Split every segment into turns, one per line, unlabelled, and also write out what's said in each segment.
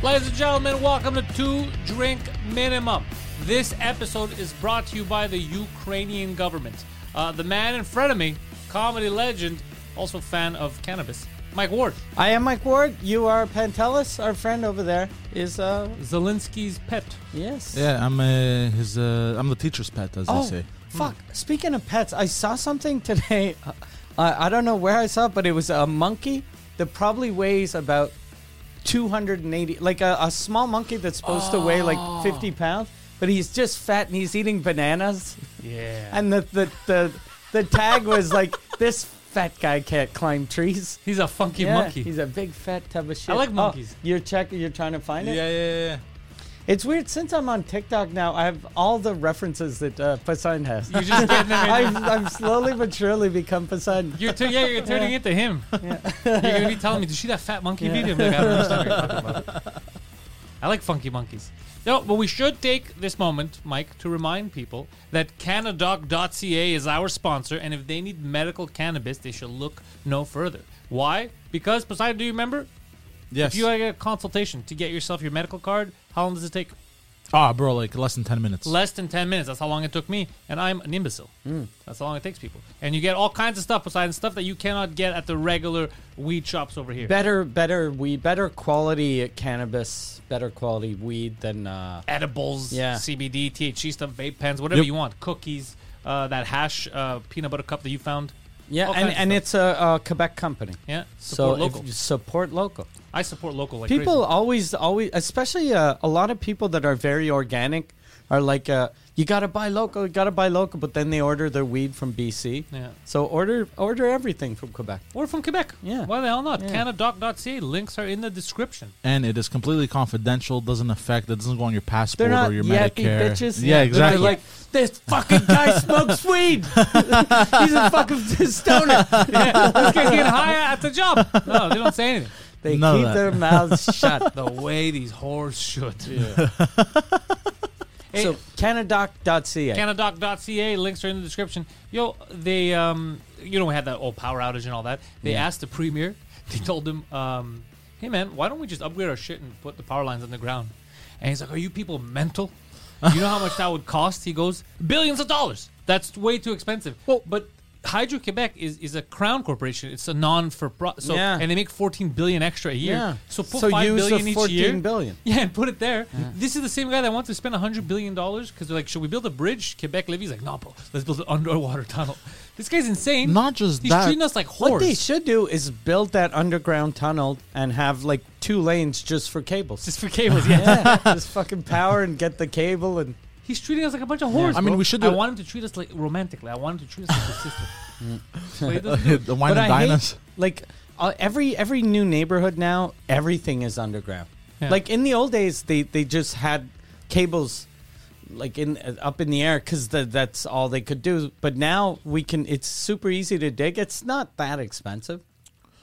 Ladies and gentlemen, welcome to Two Drink Minimum. This episode is brought to you by the Ukrainian government. Uh, the man in front of me, comedy legend, also fan of cannabis, Mike Ward.
I am Mike Ward. You are Pantelis. Our friend over there is uh
Zelensky's pet.
yes.
Yeah, I'm uh, his. Uh, I'm the teacher's pet, as
Oh,
they say.
fuck. Speaking of pets, I saw something today. Uh, I don't know where I saw it, but it was a monkey that probably weighs about 280, like a, a small monkey that's supposed to weigh
Oh.
like 50 pounds, but he's just fat and he's eating bananas.
Yeah.
And the the the, the tag was like this fat guy can't climb trees.
he's a funky
Yeah,
monkey.
He's a big fat tub of shit.
like
Oh,
monkeys.
you're checking. You're trying to find it.
Yeah, yeah, yeah.
It's weird since I'm on TikTok now. I have all the references that uh, Poseidon has.
You're just getting him in-
I've, I've slowly but surely become Poseidon.
You're tu- yeah, you're turning into him. You're gonna be telling me, "Did you see that fat monkey video?" I'm like, I don't understand what you're talking about. I like funky monkeys. No, but we should take this moment, Mike, to remind people that Canadoc.ca is our sponsor, and if they need medical cannabis, they should look no further. Why? Because Poseidon, do you remember?
Yes.
If you had a consultation to get yourself your medical card, how long does it take?
Ah, bro, like less than ten minutes.
Less than 10 minutes. That's how long it took me. And I'm an imbecile.
Hmm.
That's how long it takes people. And you get all kinds of stuff besides stuff that you cannot get at the regular weed shops over here.
Better, better weed, better quality cannabis, better quality weed than. Uh,
Edibles,
Yeah.
CBD, THC stuff, vape pens, whatever
Yep.
you want. Cookies, uh, that hash uh, peanut butter cup that you found.
yeah,
All
and,
kinds of
and
stuff.
it's a, uh Quebec company.
Yeah.
So
Support
if
local.
you support local.
I support local like
people
crazy.
always always especially uh, a lot of people that are very organic are like uh, you gotta buy local you gotta buy local but then they order their weed from bc
Yeah.
so order order everything from quebec
We're from Quebec.
Yeah.
Why the hell not?
Yeah.
Canadoc.ca. Links are in the description.
and it is completely confidential. Doesn't affect. It doesn't go on your passport
they're not
or your
yuppie
Medicare.
bitches
Yeah,
They're
exactly.
like this fucking guy smokes weed he's a fucking stoner
yeah. This guy getting high at the job. No, they don't say anything.
they
None of
keep
that.
their mouths shut
The way these whores should. Hey,
so canadoc.ca
Canadoc.ca links are in the description. Yo, they um, you know we had that old power outage and all that. They asked the premier. They told him, um, "Hey man, why don't we just upgrade our shit and put the power lines on the ground?" And he's like, "Are you people mental? You know how much that would cost?" He goes, billions of dollars. That's way too expensive." Well, but Hydro Quebec is, is a crown corporation. It's a non for profit. So
Yeah.
and they make 14 billion extra a year.
Yeah.
So put
So
five
use the
billion each
14
year.
billion.
Yeah, and put it there. This is the same guy that wants to spend hundred billion dollars because they're like, should we build a bridge? Quebec Livy's like, no, bro, let's build an underwater tunnel. This guy's insane.
Not just
he's
that-
treating us like whores.
what they should do is build that underground tunnel and have like two lanes just for cables
just for cables, yeah.
yeah, just fucking power and get the cable and
He's treating us like a bunch of whores.
I mean,
bro.
we should
I
do-
want him to treat us like romantically. I want him to treat us like his sister. But he doesn't do it.
the wine and
I
dine
hate,
us.
like uh, every every new neighborhood now, everything is underground.
Yeah.
Like in the old days, they they just had cables like in uh, up in the air because that's all they could do. But now we can. It's super easy to dig. It's not that expensive.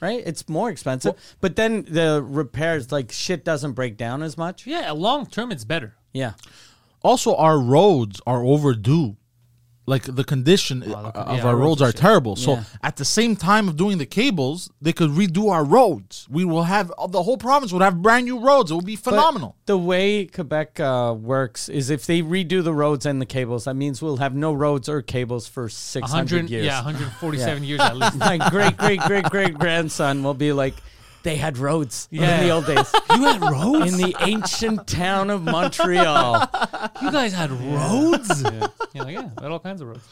Right, it's more expensive, but then the repairs, like shit, doesn't break down as much.
yeah, long term, it's better.
Yeah,
Also, our roads are overdue. Like the condition uh,
the con-
of
yeah,
our
our roads
roads
are
are
shit.
terrible. So
Yeah.
at the same time of doing the cables, they could redo our roads. We will have the whole province would have brand new roads. It would be
But
phenomenal.
The way Quebec uh, works is if they redo the roads and the cables, that means we'll have no roads or cables for six
hundred,
hundred years.
yeah, 147 years at least.
my great great great great grandson will be like, they had roads
Yeah.
in the old days.
You had roads.
In the ancient town of Montreal,
you guys had roads. Yeah. You're like, yeah, we had all kinds of roads.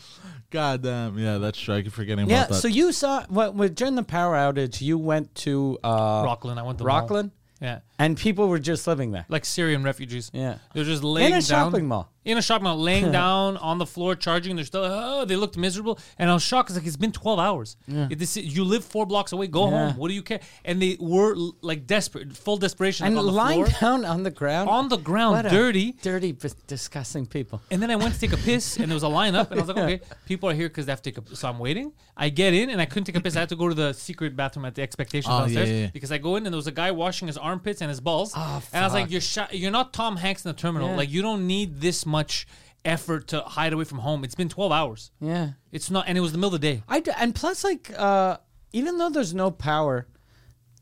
God damn. Yeah, that's true. I keep forgetting
yeah.
about that.
So you saw what well, during the power outage, you went to uh,
Rockland. I went to the mall.
Rockland,
Yeah,
and people were just living there
like Syrian refugees.
Yeah.
they're just
in
laying down.
a shopping mall.
in a shopping mall, laying down on the floor, charging. They're still, oh, they looked miserable. And I was shocked because like, it's been 12 hours. If this, you live four blocks away, go
Yeah.
home. What do you care? And they were l- like desperate, full desperation.
and
like, on the
lying
floor.
down on the ground,
On the ground,
What a
dirty.
dirty, but disgusting people.
And then I went to take a piss, and there was a lineup, and I was like, okay, people are here because they have to take a piss. So I'm waiting. I get in, and I couldn't take a piss. I had to go to the secret bathroom at the expectation
Oh, yeah,
downstairs
yeah, yeah.
because I go in, and there was a guy washing his armpits and his balls. and I was like, you're shy- you're not Tom Hanks in the terminal.
Ah, Yeah.
Like, you don't need this much effort to hide away from home. It's been 12 hours.
Yeah.
It's not, and it was the middle of the day.
I d- and plus, like, uh, even though there's no power,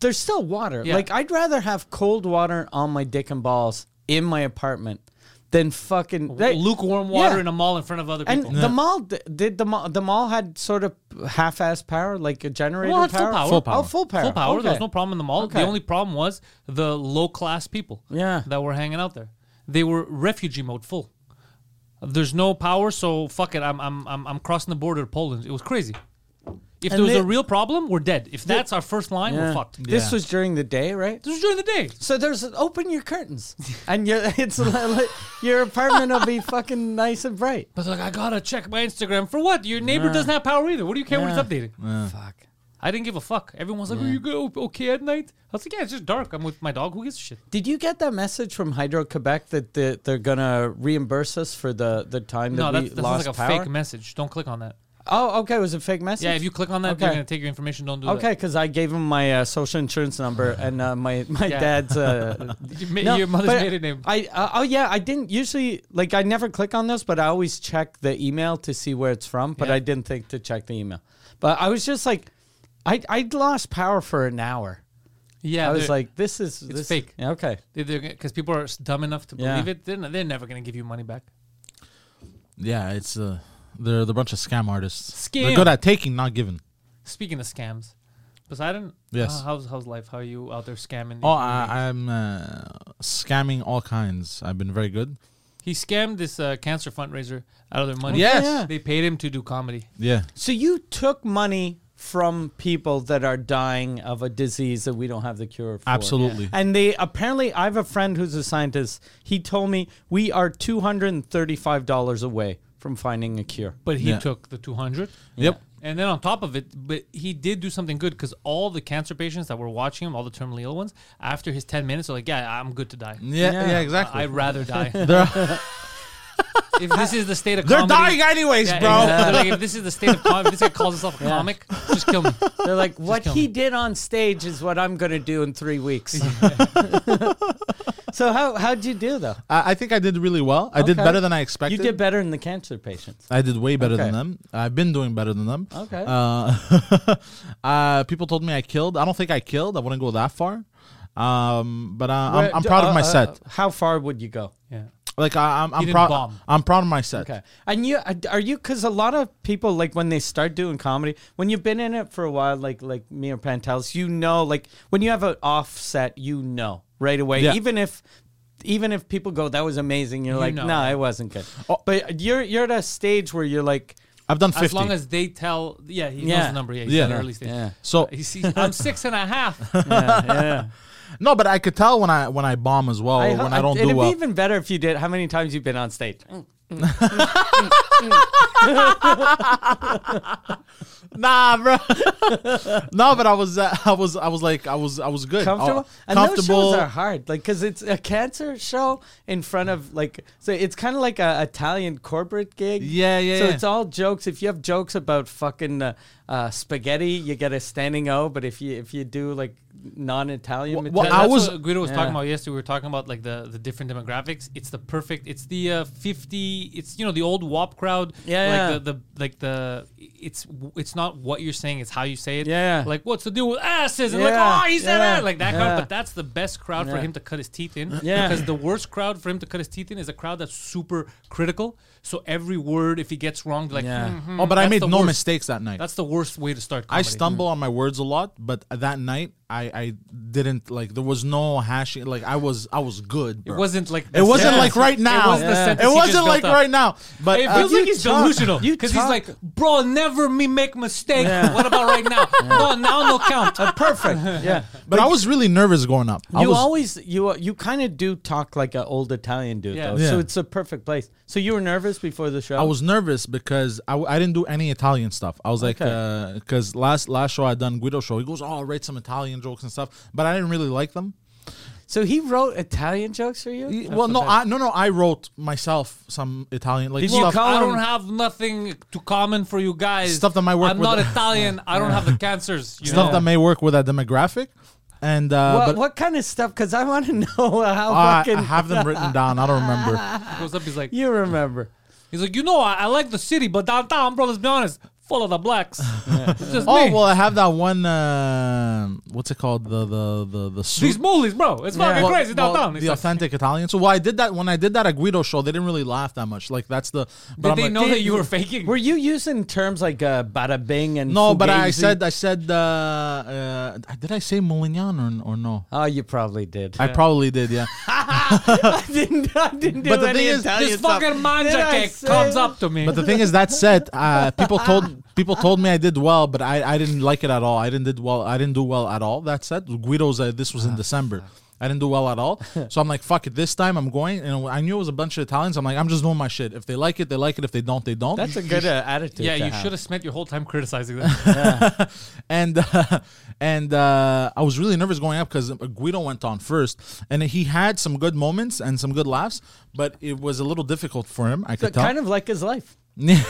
there's still water.
Yeah.
Like, I'd rather have cold water on my dick and balls in my apartment than fucking they-
Lukewarm water
Yeah.
in a mall in front of other
And
people.
the mall d- did the mall. The mall had sort of half-ass power, like a generator
Well, it had full
power?
power.
Full power.
Oh, full power.
Full power. There was
Okay.
no problem in the mall.
Okay.
The only problem was the low class people.
Yeah.
That were hanging out there. They were refugee mode full. There's no power, so fuck it. I'm I'm I'm, I'm crossing the border to Poland. It was crazy. If
And
there was
they-
a real problem, we're dead. If that's our first line,
Yeah.
we're fucked.
This
Yeah.
was during the day, right?
This was during the day.
So there's open your curtains, and your it's li- li- your apartment will be fucking nice and bright.
But like, I gotta check my Instagram for what? Your neighbor doesn't have power either. What do you care when it's updating?
Fuck.
I didn't give a fuck. Everyone's like, "Are you go okay at night?" I was like, "Yeah, it's just dark. I'm with my dog. Who gives a shit?"
Did you get that message from Hydro Quebec that the, they're gonna reimburse us for the, the time
No,
that we
that, that sounds
lost
like a
power?
fake message. Don't click on that.
oh, okay, it was a fake message.
Yeah, if you click on that, they're
Okay.
gonna take your information. Don't do
Okay, because I gave him my uh, social insurance number and uh, my my
Yeah.
dad's. Uh,
that. You ma-
no,
your mother's
but
maiden name.
I uh, oh yeah, I didn't usually like I never click on this, but I always check the email to see where it's from. But
Yeah.
I didn't think to check the email. But I was just like, I I lost power for an hour.
yeah,
I was
they're-
like, this is this,
fake.
Yeah, Okay,
they're because people are s- dumb enough to
Yeah.
believe it. They're, n- they're never gonna give you money back.
Yeah, it's uh, they're the bunch of scam artists.
Scam.
They're good at taking, not giving.
Speaking of scams, Poseidon.
Yes.
uh, how's how's life? How are you out there scamming?
Oh, I, I'm uh, scamming all kinds. I've been very good.
he scammed this uh, cancer fundraiser out of their money.
Yes.
yeah.
They paid him to do comedy.
Yeah.
so you took money from people that are dying of a disease that we don't have the cure for.
Absolutely.
And they apparently, I have a friend who's a scientist. He told me we are two hundred and thirty-five dollars away from finding a cure.
But he
Yeah.
took the two hundred.
Yep.
And then on top of it, but he did do something good because all the cancer patients that were watching him, all the terminally ill ones, after his ten minutes, are like, "Yeah, I'm good to die.
Yeah.
Yeah.
Yeah. exactly.
I'd rather die."
they're
if this is the state of
they're
comedy,
dying anyways,
Yeah,
bro.
exactly. Like, if this is the state of comedy, if this guy calls himself a comic, just kill me.
They're like, what
kill
he
me.
did on stage is what I'm going to do in three weeks. so how how'd you do though?
I, I think I did really well. I did
Okay.
better than I expected.
You did better than the cancer patients.
I did way better
Okay.
than them. I've been doing better than them.
Okay.
Uh, uh, people told me I killed. I don't think I killed. I wouldn't go that far. Um, but uh, I'm,
Where-
I'm proud
uh,
of my
uh,
set.
How far would you go?
Yeah.
Like I, I'm, I'm
didn't
proud.
bomb.
I'm proud of my set.
Okay, and you uh, are you because a lot of people like when they start doing comedy, when you've been in it for a while, like like me or Pantelis, you know, like when you have an offset, you know right away,
Yeah.
even if. Even if people go, that was amazing, you're like,
know.
no, it wasn't good.
Oh.
But you're you're at a stage where you're like,
I've done
As
fifty.
long as they tell, yeah, he knows
Yeah.
the number. Yeah, he's
Yeah.
yeah. an early stage.
Yeah.
so
You see, I'm six and a half.
no, but I could tell when I when I bomb as well, or
ho-
Oh, when I don't
it'd
do
be
well.
even better if you did. How many times you've been on stage?
Nah, bro. no, but I was uh, I was I was like I was I was good.
Comfortable.
I,
and those
comfortable.
shows are hard, like because it's a cancer show in front of like so it's kind of like a Italian corporate gig.
Yeah, yeah,
So
yeah.
it's all jokes. If you have jokes about fucking uh, uh, spaghetti, you get a standing O. But if you if you do like non-Italian,
Wha-
material-
I
That's
was-
what Guido was
Yeah.
talking about yesterday. We were talking about like the, the different demographics. It's the perfect. It's the uh, fifty. It's you know the old WAP crowd.
Yeah, yeah.
Like the, the like the it's it's not what you're saying. It's how you say it.
Yeah.
Like what's the deal with asses? And
Yeah,
like oh he said
yeah,
that like that
yeah.
crowd. But that's the best crowd for
Yeah.
him to cut his teeth in.
Yeah.
Because the worst crowd for him to cut his teeth in is a crowd that's super critical. So every word, if he gets wrong, they're like, "Mhm,
Oh, but I
that's
made
the
no
worst.
mistakes that night.
That's the worst way to start. Comedy.
I stumble on my words a lot, but that night I, I didn't like there was no hashing like I was I was good.
It
bro.
wasn't like
It wasn't
Yeah.
like right now.
It wasn't, the
Yeah.
sentence
It
he
wasn't
just
like
built up.
right now. But
It
uh,
feels like
you
he's
talk-
delusional
you
because he's
talk-
like, "Bro, never me make mistake. What about right now? No, now no count."
Perfect. Yeah.
but I was really nervous going up. I
you
was,
always you uh, you kind of do talk like an old Italian dude
Yeah.
though,
Yeah.
so it's a perfect place. So you were nervous before the show.
I was nervous because I, I didn't do any Italian stuff. I was like, because last last show I done Guido show, he goes, oh, I'll write some Italian jokes and stuff, but I didn't really like them.
So he wrote Italian jokes for you.
He- well, no, I, no, no, I wrote myself some Italian like
Did you
stuff.
call-
I
Colin-
don't have nothing to common for you guys.
Stuff that might work
I'm
with
not
the-
Italian. I don't have the cancers. You
stuff
know?
that may work with that demographic. And uh,
what,
but Uh,
what kind of stuff? Because I want to know how
I- I
fucking
have them written down. I don't remember.
goes up. He's like,
you remember.
he's like, you know, I, I like the city, but downtown, bro, let's be honest, full of the blacks. It's just
Oh
me.
well, I have that one. Uh, what's it called? The the the the soup.
These moolies, bro. It's fucking
Well-
crazy
well,
downtown. It's
the
like-
authentic Italian. So well, I did that when I did that at Guido show. They didn't really laugh that much. Like that's the. But
did
I'm
they
like,
know that you were faking?
Were you using terms like uh, bada bing and
No, but I
fugazi?
said I said. Uh, uh, did I say Molignan or, or no?
Oh, you probably did.
I probably did. Yeah.
I didn't. I didn't do
But the
any
thing is,
Italian
this
stuff.
fucking
Did
manja
I
cake
say-
comes up to me.
But the thing is, that set uh, people told people told me I did well, but I, I didn't like it at all. I didn't did well. I didn't do well at all. That set Guido's. Uh, this was in December. I didn't do well at all. So I'm like, fuck it. This time I'm going. And I knew it was a bunch of Italians. I'm like, I'm just doing my shit. If they like it, they like it. If they don't, they don't.
That's a good uh, attitude.
yeah,
to
you
have.
should have spent your whole time criticizing them.
and and uh, I was really nervous going up because Guido went on first, and he had some good moments and some good laughs, but it was a little difficult for him. I could
But
tell.
Kind of like his life.
Yeah.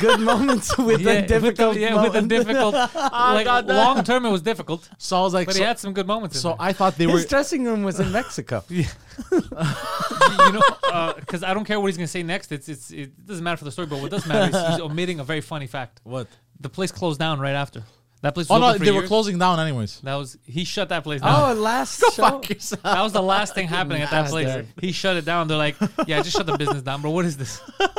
Good moments with
Yeah,
the difficult.
with the, yeah, with the
moments.
difficult. like long term, it was difficult,
so I was like,
but
so,
he had some good moments. in
so
there.
I thought they were.
His dressing room was in Mexico.
you know, because I don't care what he's gonna say next. It's it's it doesn't matter for the story. But what does matter is he's omitting a very funny fact.
What?
The place closed down right after. That place. Was
Oh no,
open for
they were
years.
closing down anyways.
That was he shut that place down.
Oh, last show.
That was the last thing happening at that
Nah,
place.
dude.
He shut it down. They're like, "Yeah, just shut the business down, bro. What is this?"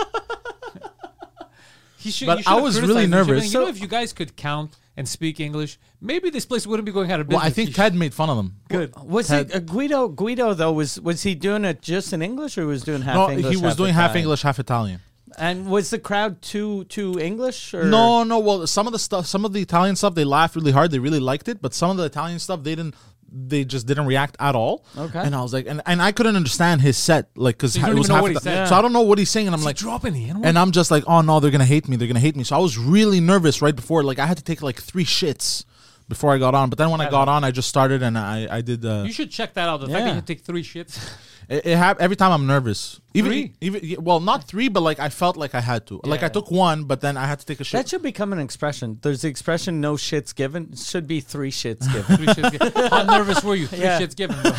he should.
But
you should
I
have
was
criticized him.
really
You should have
nervous.
been, you know, if you guys could count and speak English, maybe this place wouldn't be going out of
Well,
business.
I think
You
Ted made fun of them.
should-
Was it uh, Guido? Guido though was was he doing it just in English or was doing half
No,
English?
he was doing half
Italian?
English, half Italian.
And was the crowd too too English? Or?
No, no. Well, some of the stuff, some of the Italian stuff, they laughed really hard. They really liked it, but some of the Italian stuff, they didn't. They just didn't react at all.
Okay.
And I was like, and, and I couldn't understand his set, like, cause
you
ha-
don't
it was
even know
half.
what he
Ita-
said.
So I don't know what he's saying, and I'm like,
dropping the N-word?
and I'm just like, oh no, they're gonna hate me. They're gonna hate me. So I was really nervous right before. Like, I had to take like three shits before I got on. But then when I got on, I just started and I I did. Uh,
You should check that out. The fact that
Yeah.
you take three shits.
It, it hap- every time I'm nervous. Even
Three?
even yeah, well, not three, but like I felt like I had to. Like I
Yeah.
took one, but then I had to take a
That
shit.
should become an expression. There's the expression "no shits given." It should be three shits given.
Three shits given. How nervous were you? Three
Yeah.
shits given. Bro.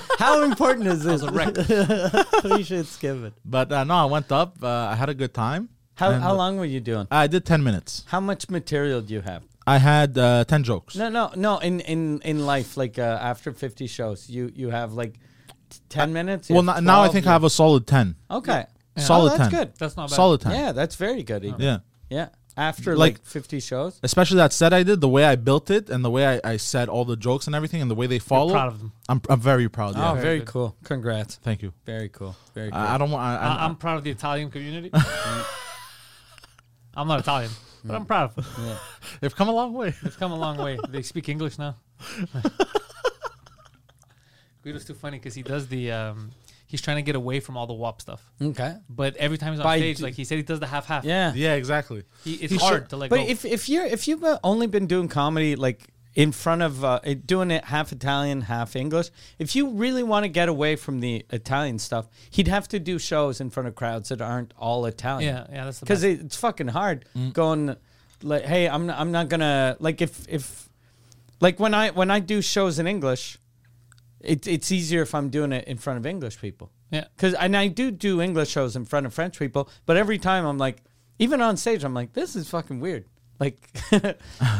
How important is this?
a wreck.
three shits given.
But uh, no, I went up. Uh, I had a good time.
How
And,
how
uh,
long were you doing?
I did ten minutes.
How much material do you have?
I had uh, ten jokes.
No, no, no. In in in life, like uh, after fifty shows, you you have like t- ten minutes. you
well,
have
no, now I
12,
think
you
I have a solid ten.
okay.
Solid
oh, that's
10.
good.
That's not bad.
Solid ten.
yeah, that's very good. Igor.
Yeah.
yeah. After
Like-
like, fifty shows,
Especially that set I did, the way I built it, and the way I, I said all the jokes and everything, and the way they follow.
proud of them.
I'm, I'm very proud. Yeah.
oh, very,
good.
cool. Congrats.
Thank you.
Very cool. Very cool.
I, I don't want. I, I,
Uh,
I,
um,
I'm proud of the Italian community. Mm. I'm not Italian, but I'm proud of them.
they've come a long way.
They've come a long way. They speak English now. Guido's too funny because he does the. Um, he's trying to get away from all the WAP stuff,
okay.
but every time he's on
By
stage,
d-
like he said, he does the half half.
Yeah.
yeah, exactly.
he, it's
He should-
hard to let
But
go.
if if you're if you've uh, only been doing comedy like in front of uh, it- doing it half Italian, half English, if you really want to get away from the Italian stuff, he'd have to do shows in front of crowds that aren't all Italian.
yeah, yeah, that's the
because
best. Mm.
it's fucking hard going like hey i'm not, i'm not gonna like if if like when i when i do shows in english it, it's easier if i'm doing it in front of english people
Yeah.
because and i do do english shows in front of french people but every time i'm like even on stage i'm like this is fucking weird like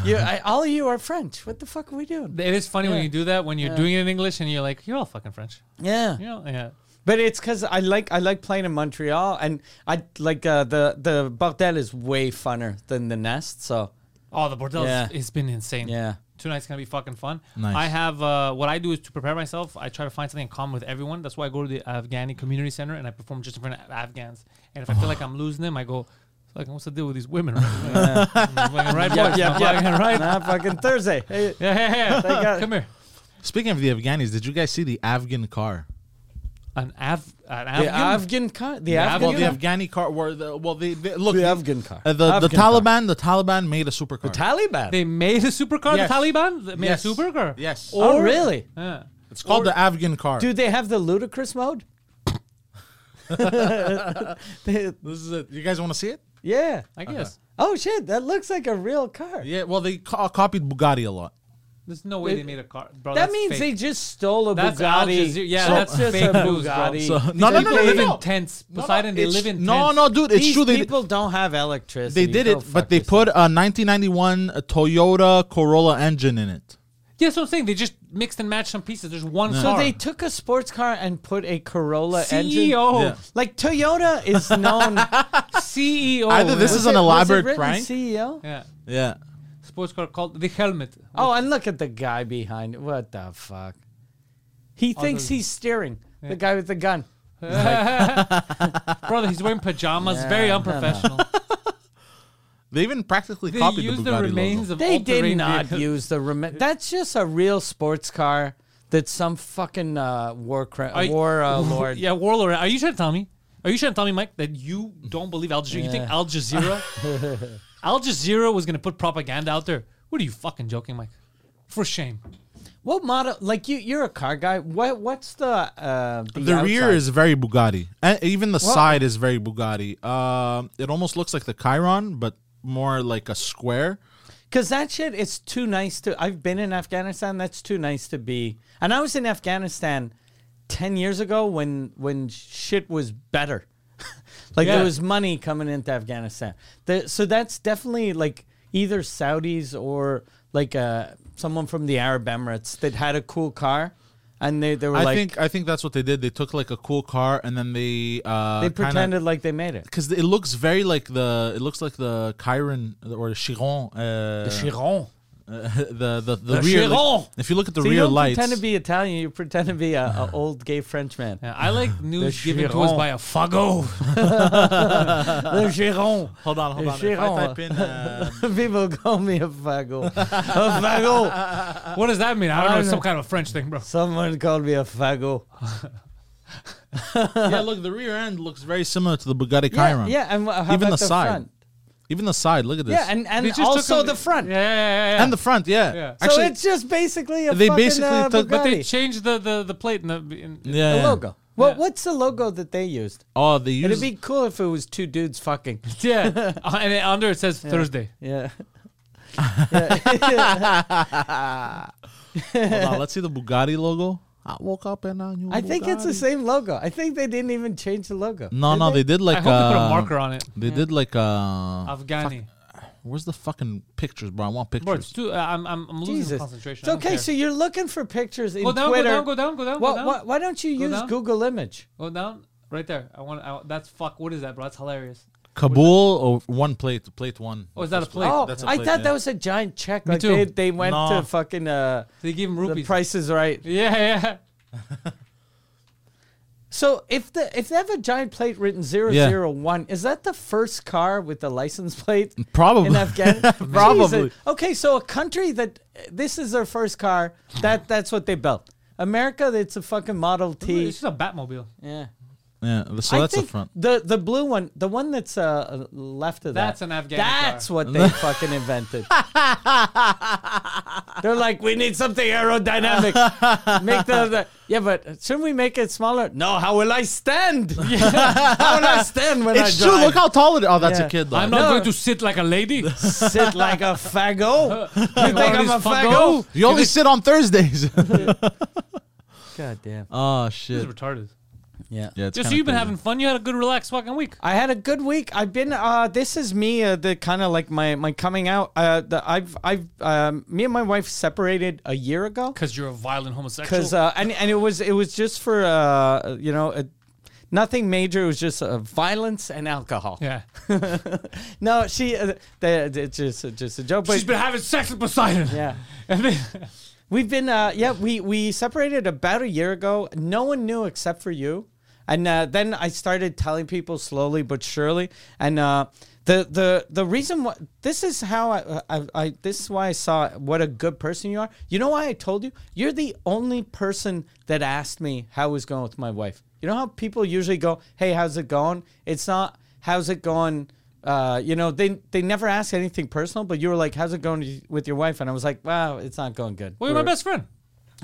you I, all of you are french what the fuck are we doing
It is funny when
Yeah.
you do that when you're doing it in English and you're like, you're all fucking French.
yeah
You know, yeah.
But it's because I like I like playing in Montreal, and I like uh, the the bordel is way funner than the nest. So
Oh, the bordel
Yeah.
it's been insane.
Yeah.
Tonight's gonna be fucking fun.
Nice.
I have uh, what I do is to prepare myself. I try to find something in common with everyone. That's why I go to the Afghani community center and I perform just in front of Afghans. And if I feel like I'm losing them, I go, "Fucking, what's the deal with these women?" Right, Fucking right, boys.
yeah,
Fucking right.
nah, fucking Thursday. Hey,
Yeah, yeah, yeah.
got-
Come here.
Speaking of the Afghanis, did you guys see the Afghan car?
An Af, an
the
Afghan.
Afghan car. The
Afghan-
Afghan.
Well, the
car?
Afghani car were the, well, they, they look
The
the,
Afghan car.
uh, the, the
Afghan car.
Taliban. The Taliban made a super car.
Taliban.
they made a supercar.
Yes.
The Taliban They made
Yes.
a supercar.
Yes.
oh, really?
Yeah.
it's called the Afghan car.
Do they have the ludicrous mode? They-
this is it. You guys want to see it?
yeah.
I guess
Oh shit, that looks like a real car.
Yeah. Well, they co- copied Bugatti a lot.
there's no way they made a car. Bro,
That
that's
means
fake.
they just stole a
That's Al
Bugatti.
Jazeera- yeah,
So-
that's fake news, bro.
So-
These
no, no, no,
people
no,
live
no, no.
in tents.
No, no,
Poseidon, they
it's-
live in
No,
tents.
no, dude. It's true. They,
people don't have electricity.
they did
Go
it, but
fuck
they
yourself.
put a 1991 Toyota Corolla engine in it.
Yeah, that's what I'm saying. They just mixed and matched some pieces. There's one
So
car. E
they took a sports car and put a Corolla engine.
CEO,
Yeah.
Like Toyota is known.
CEO.
Either this
yeah.
is an elaborate
was it written E
prank.
CEO.
yeah,
Yeah.
sports car called the helmet.
Oh, and look at the guy behind. it. What the fuck? He thinks he's steering. The guy with the gun.
brother, he's wearing pajamas.
Yeah,
very
no, no.
unprofessional.
They even practically
They
copied
use
the
the,
Bugatti
remains
logo.
of
They
all
did
terrain
not
vehicles.
use the rem. That's just a real sports car. That some fucking uh, war cra-
Are you-
war uh, lord.
Yeah, warlord. Are you trying to tell me? Are you trying to tell me, Mike, that you don't believe Al Jazeera? You think Al Jazeera? Al Jazeera was going to put propaganda out there. What are you fucking joking, Mike? For shame.
What model? Like you, you're a car guy. What? What's the uh, the,
The rear
outside?
is very Bugatti, and even the
Well-
side is very Bugatti. Um, it almost looks like the Chiron, but more like a square.
Because that shit is too nice to. I've been in Afghanistan. That's too nice to be. And I was in Afghanistan ten years ago when when shit was better. like
Yeah.
there was money coming into Afghanistan. The, so that's definitely like either Saudis or like uh, someone from the Arab Emirates that had a cool car, and they they were
I
like
think uh, I think that's what they did. They took like a cool car, and then they uh,
they pretended like they made it.
because it looks very like the it looks like the Chiron or the Chiron. Uh, the
Chiron.
the the,
The
rear. like-
Chiron.
if you look at the
So you
rear
don't
lights,
pretend to be Italian. You pretend to be a, a old gay Frenchman.
Yeah, I like news given to us
Chiron.
by a fago.
Le Giron.
hold on, hold
The
on. If I
Chiron.
type in, uh,
People call me a faggot. A faggot.
What does that mean? I don't know.
Uh, I
It's
don't
some
know.
kind of French thing, bro.
Someone called me a faggot.
yeah, look, the rear end looks very similar to the
Yeah,
Bugatti Chiron.
yeah, and wha- how
Even
about
the
the
side.
front?
even the side. Look at this.
Yeah, and,
They
and
just took
also
them-
the front.
Yeah, yeah, yeah, yeah.
And the front. Yeah,
Yeah.
So it's just basically a
They
fucking,
basically
uh,
took-
But they
Bugatti.
changed the, the, the plate in the in,
yeah,
the
yeah.
logo. What
Yeah.
what's the logo that they used?
Oh, they
It'd
use
be cool if it was two dudes fucking.
yeah. Uh, and it- under it says Thursday.
Yeah.
Oh Hold on, let's see the Bugatti logo. I woke up and I knew.
I think it's the
Bugatti.
same logo. I think they didn't even change the logo.
No,
did
no, they did like.
I hope they put
uh,
a marker on it.
They did like. Uh,
Afghani.
where's the fucking pictures, bro? I want
Bro, it's
pictures.
too, uh, I'm, I'm, I'm losing
Jesus.
concentration.
It's
I don't
okay,
care.
so you're looking for pictures in
Go down, go
Twitter.
down, go down, go down, go
Why-
down.
why- why don't you
Go
use
down.
Google Image?
Go down. Right there. I want. I, that's fuck. What is that, bro? That's hilarious.
Kabul or one plate, plate one.
Oh, is that a
First
plate?
one.
Oh,
That's a
I
plate,
thought
yeah.
that was a giant check. Like
too.
They, they went
No.
to fucking uh,
They give him
the
rupees.
Price is Right.
Yeah, yeah.
So if the if they have a giant plate written 001, is that the first car with the license plate in
Probably.
Afghanistan?
Probably.
Okay, so a country that uh, this is their first car. That that's what they built. America, it's a fucking Model T.
It's just a Batmobile.
Yeah.
Yeah, so
I
that's the
think
front.
The the blue one, the one that's uh, left of that.
That's an Afghan
That's
car.
what they fucking invented. They're like, we need something aerodynamic. Make the, the yeah, but shouldn't we make it smaller? No, how will I stand? how will I stand when
It's
I
true.
drive?
Look how tall it. Oh, that's
Yeah.
a kid. Though.
I'm not
No.
going to sit like a lady.
Sit like a faggot. You think I'm a faggot?
Faggot?
You only sit on Thursdays.
God damn.
oh
This
shit.
is retarded.
Yeah.
Yeah,
Just
it's
so
kinda
you've been
crazy.
having fun. You had a good, relaxed fucking week.
I had a good week. I've been. Uh, this is me. Uh, the kind of like my my coming out. Uh, the, I've I've um, me and my wife separated a year ago
Because you're a violent homosexual.
because uh, and and it was it was just for uh you know uh nothing major. It was just uh, violence and alcohol.
yeah.
No, she. Uh, the, the- it's just it's just a joke. But
She's been having sex with Poseidon.
yeah.
And then,
We've been, uh, yeah, we, we separated about a year ago. No one knew except for you. And uh, then I started telling people slowly but surely. And uh, the, the, the reason why this is how I, I, I, this is why I saw what a good person you are. You know why I told you? You're the only person that asked me how it was going with my wife. You know how people usually go, hey, how's it going? It's not, how's it going? uh, you know, they they never ask anything personal, but you were like, "How's it going with your wife?" And I was like, "Wow, it's not going good."
well, you're my
We're-
best friend.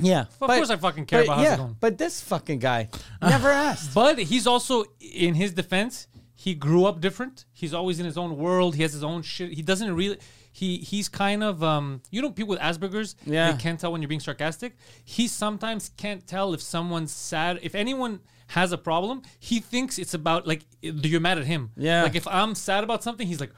Yeah,
Of course I fucking care
but
about how's it going.
But this fucking guy never asked.
But he's also, in his defense, he grew up different. He's always in his own world. He has his own shit. He doesn't really. He he's kind of um. You know, people with Asperger's,
Yeah.
they can't tell when you're being sarcastic. He sometimes can't tell if someone's sad. If anyone has a problem, he thinks it's about like you're mad at him.
Yeah.
Like if I'm sad about something, he's like.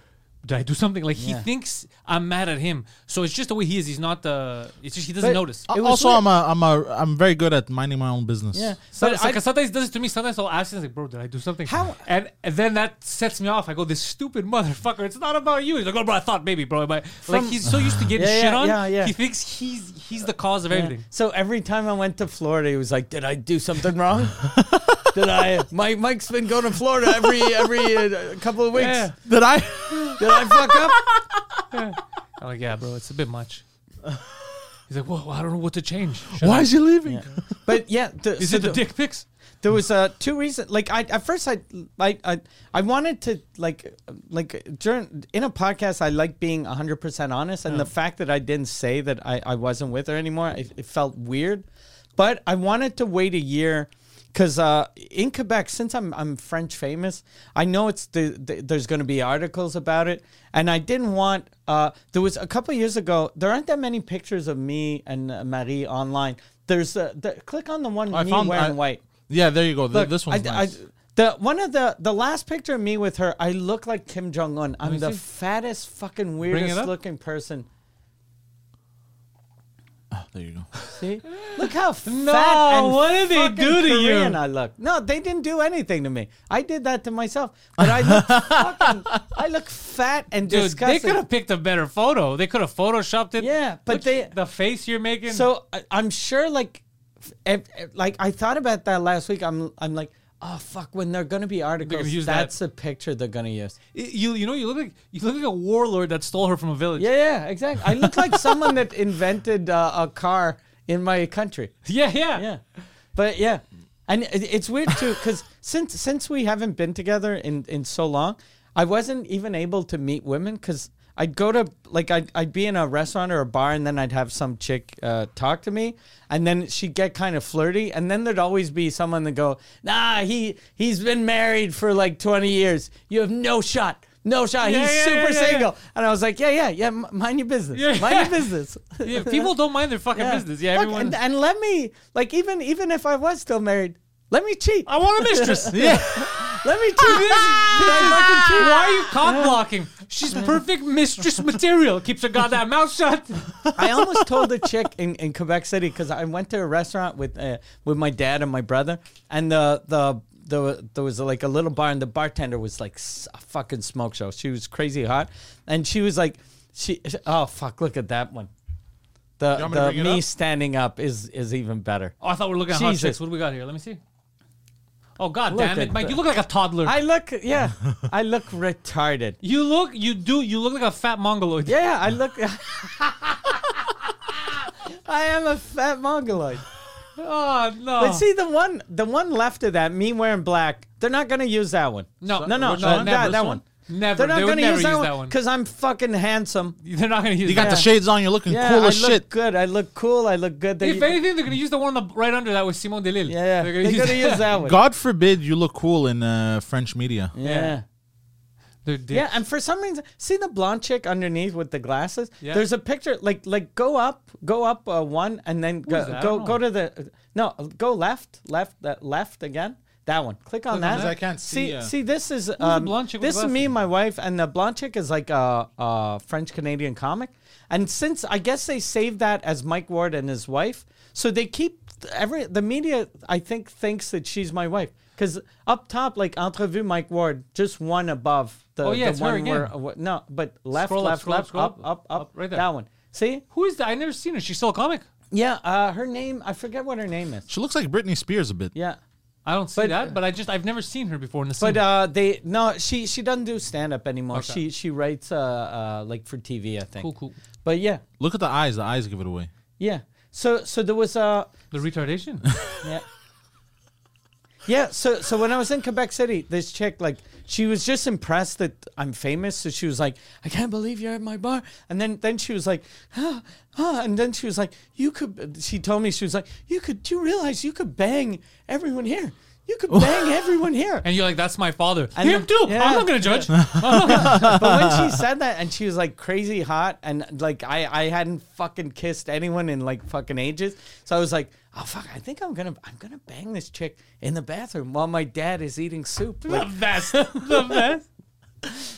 Did I do something? Like he thinks I'm mad at him, so it's just the way he is. He's not the. It's just he doesn't
But-
notice.
It was
Uh, also,
weird.
I'm a, I'm a, I'm very good at minding my own business.
Yeah,
So,
but
so-
I,
'cause sometimes he does it to me. Sometimes I'll ask him, like, bro, did I do something?
How-
And, and then that sets me off. I go, this stupid motherfucker. It's not about you. He's like, oh, bro, I thought maybe, bro. But like,
From-
he's so used to getting
Yeah,
shit
yeah,
on.
yeah, yeah.
He thinks he's he's the cause of
yeah.
everything.
so every time I went to Florida, he was like, "Did I do something wrong? Did I?" My Mike's been going to Florida every every uh, couple of weeks.
Yeah.
Did I?
Did I fuck up?
I'm like, yeah, bro, it's a bit much. He's like, whoa, I don't know what to change. Should
Why
I-
is he leaving?
But yeah, the,
Is
so
it the dick pics?
there was uh, two reasons. Like I at first I I I, I wanted to like like during in a podcast I like being hundred percent honest, and the fact that I didn't say that I I wasn't with her anymore, it, it felt weird. But I wanted to wait a year. Because uh, in Quebec, since I'm I'm French famous, I know it's the, the there's going to be articles about it, and I didn't want. Uh, there was a couple years ago. There aren't that many pictures of me and uh, Marie online. There's uh, the, click on the one
I
me
found-
wearing
I-
white.
Yeah, there you go. Th-
Look,
this one's
I,
nice.
I, the one of the the last picture of me with her, I look like Kim Jong Un. I'm the
see.
fattest, fucking
it
weirdest
up.
looking person.
Ah, there you go.
See, look how fat
No,
and
what did they
fucking
do to you?
Korean I look. No, they didn't do anything to me. I did that to myself, but I look fucking, I look fat and
Dude, they
disgusting.
could have picked a better photo. They could have photoshopped it.
Yeah, but
Look,
they-
the face you're making.
So I, I'm sure, like, f- if, if- like I thought about that last week. I'm, I'm like, oh fuck, when they're gonna be articles,
use that.
that's the picture they're gonna use.
you you know you look like you look like a warlord that stole her from a village.
Yeah, yeah, exactly. I look like someone that invented uh, a car in my country.
yeah, yeah.
Yeah, but yeah, and it- it's weird too because since since we haven't been together in in so long, I wasn't even able to meet women because. I'd go to like I'd, I'd be in a restaurant or a bar and then I'd have some chick uh, talk to me and then she'd get kind of flirty and then there'd always be someone that go nah he he's been married for like 20 years you have no shot no shot
Yeah,
he's
yeah,
super
yeah, yeah, yeah.
single and I was like yeah yeah yeah m- mind your business
Yeah.
mind your business
Yeah, people don't mind their fucking business. Yeah,
Fuck,
everyone.
And, and let me like even even if I was still married, let me cheat.
Oh.
I want a mistress. yeah.
Let me cheat. Can I fucking cheat?
Why are you cock blocking? She's perfect mistress material. Keeps her goddamn mouth shut. Oh,
I almost told a chick in, in Quebec City because I went to a restaurant with uh, with my dad and my brother, and the the. There, there was like a little bar, and the bartender was like s- a fucking smoke show. She was crazy hot, and she was like, "She oh fuck, look at that one." The
want me to
the
bring it
me
up?
standing up is is even better.
Oh, I thought we were looking at
Jesus.
hot chicks. What do we got here? Let me see. Oh god
Look
damn
at
it, Mike!
the-
You look like a toddler.
I look yeah, I look retarded.
you look, you do, you look like a fat mongoloid.
Yeah, I look. I am a fat mongoloid.
Oh no.
But see the one, the one left of that, me wearing black. They're not gonna use that one.
No.
no, no,
Which
no,
one?
that,
Never.
that
This
one.
Never.
They're not
They would
gonna
never
use that
use that
one
one.
because I'm fucking handsome.
they're not gonna use.
You got
that.
the shades on. You're looking
Yeah,
cool
I
as
look
shit.
good. I look cool. I look good. They-
If anything, they're gonna use the one on the, right under that with Simone Delille.
yeah, yeah,
They're
they're gonna use that one.
God forbid you look cool in uh, French media.
Yeah.
They're dicks.
Yeah, and for some reason, see the blonde chick underneath with the glasses.
Yeah.
There's a picture. Like, like go up, go up uh, one, and then
is
go
that? I
go,
don't
go
know.
to the no, go left, left, uh, left again. That one. Click on that.
that. 'Cause I can't see, uh,
See, this is um,
blonde chick with
this
the
is me,
glasses?
and my wife, and the blonde chick is like a, a French Canadian comic. And since I guess they saved that as Mike Ward and his wife, so they keep every the media. I think thinks that she's my wife because up top, like entrevue Mike Ward, just one above the,
Oh, yeah,
the
it's her
one
again.
where where- no, but left,
Scroll up,
left,
scroll up,
left,
scroll
up, up, up,
right there.
That one. See,
Who is that? I never seen her. She's still a comic.
yeah, uh, her name. I forget what her name is.
She looks like Britney Spears a bit.
Yeah.
I don't see
But- uh,
that, but I just I've never seen her before in the scene.
But uh, they no, she she doesn't do stand up anymore.
Okay.
She she writes uh, uh like for TV, I think.
Cool, cool.
But yeah,
Look at the eyes. The eyes give it away.
yeah. So so there was uh
the retardation.
yeah. Yeah, so so when I was in Quebec City, this chick like she was just impressed that I'm famous, so she was like, "I can't believe you're at my bar." And then then she was like, "Huh?" huh," and then she was like, "You could." She told me she was like, "You could. Do you realize you could bang everyone here? You could bang everyone here."
and you're like, that's my father.
And
Him
the-
too.
yeah.
I'm not gonna judge.
but when she said that and she was like crazy hot and like I, I hadn't fucking kissed anyone in like fucking ages. So I was like, oh fuck, I think I'm gonna I'm gonna bang this chick in the bathroom while my dad is eating soup. Like,
the best. The best.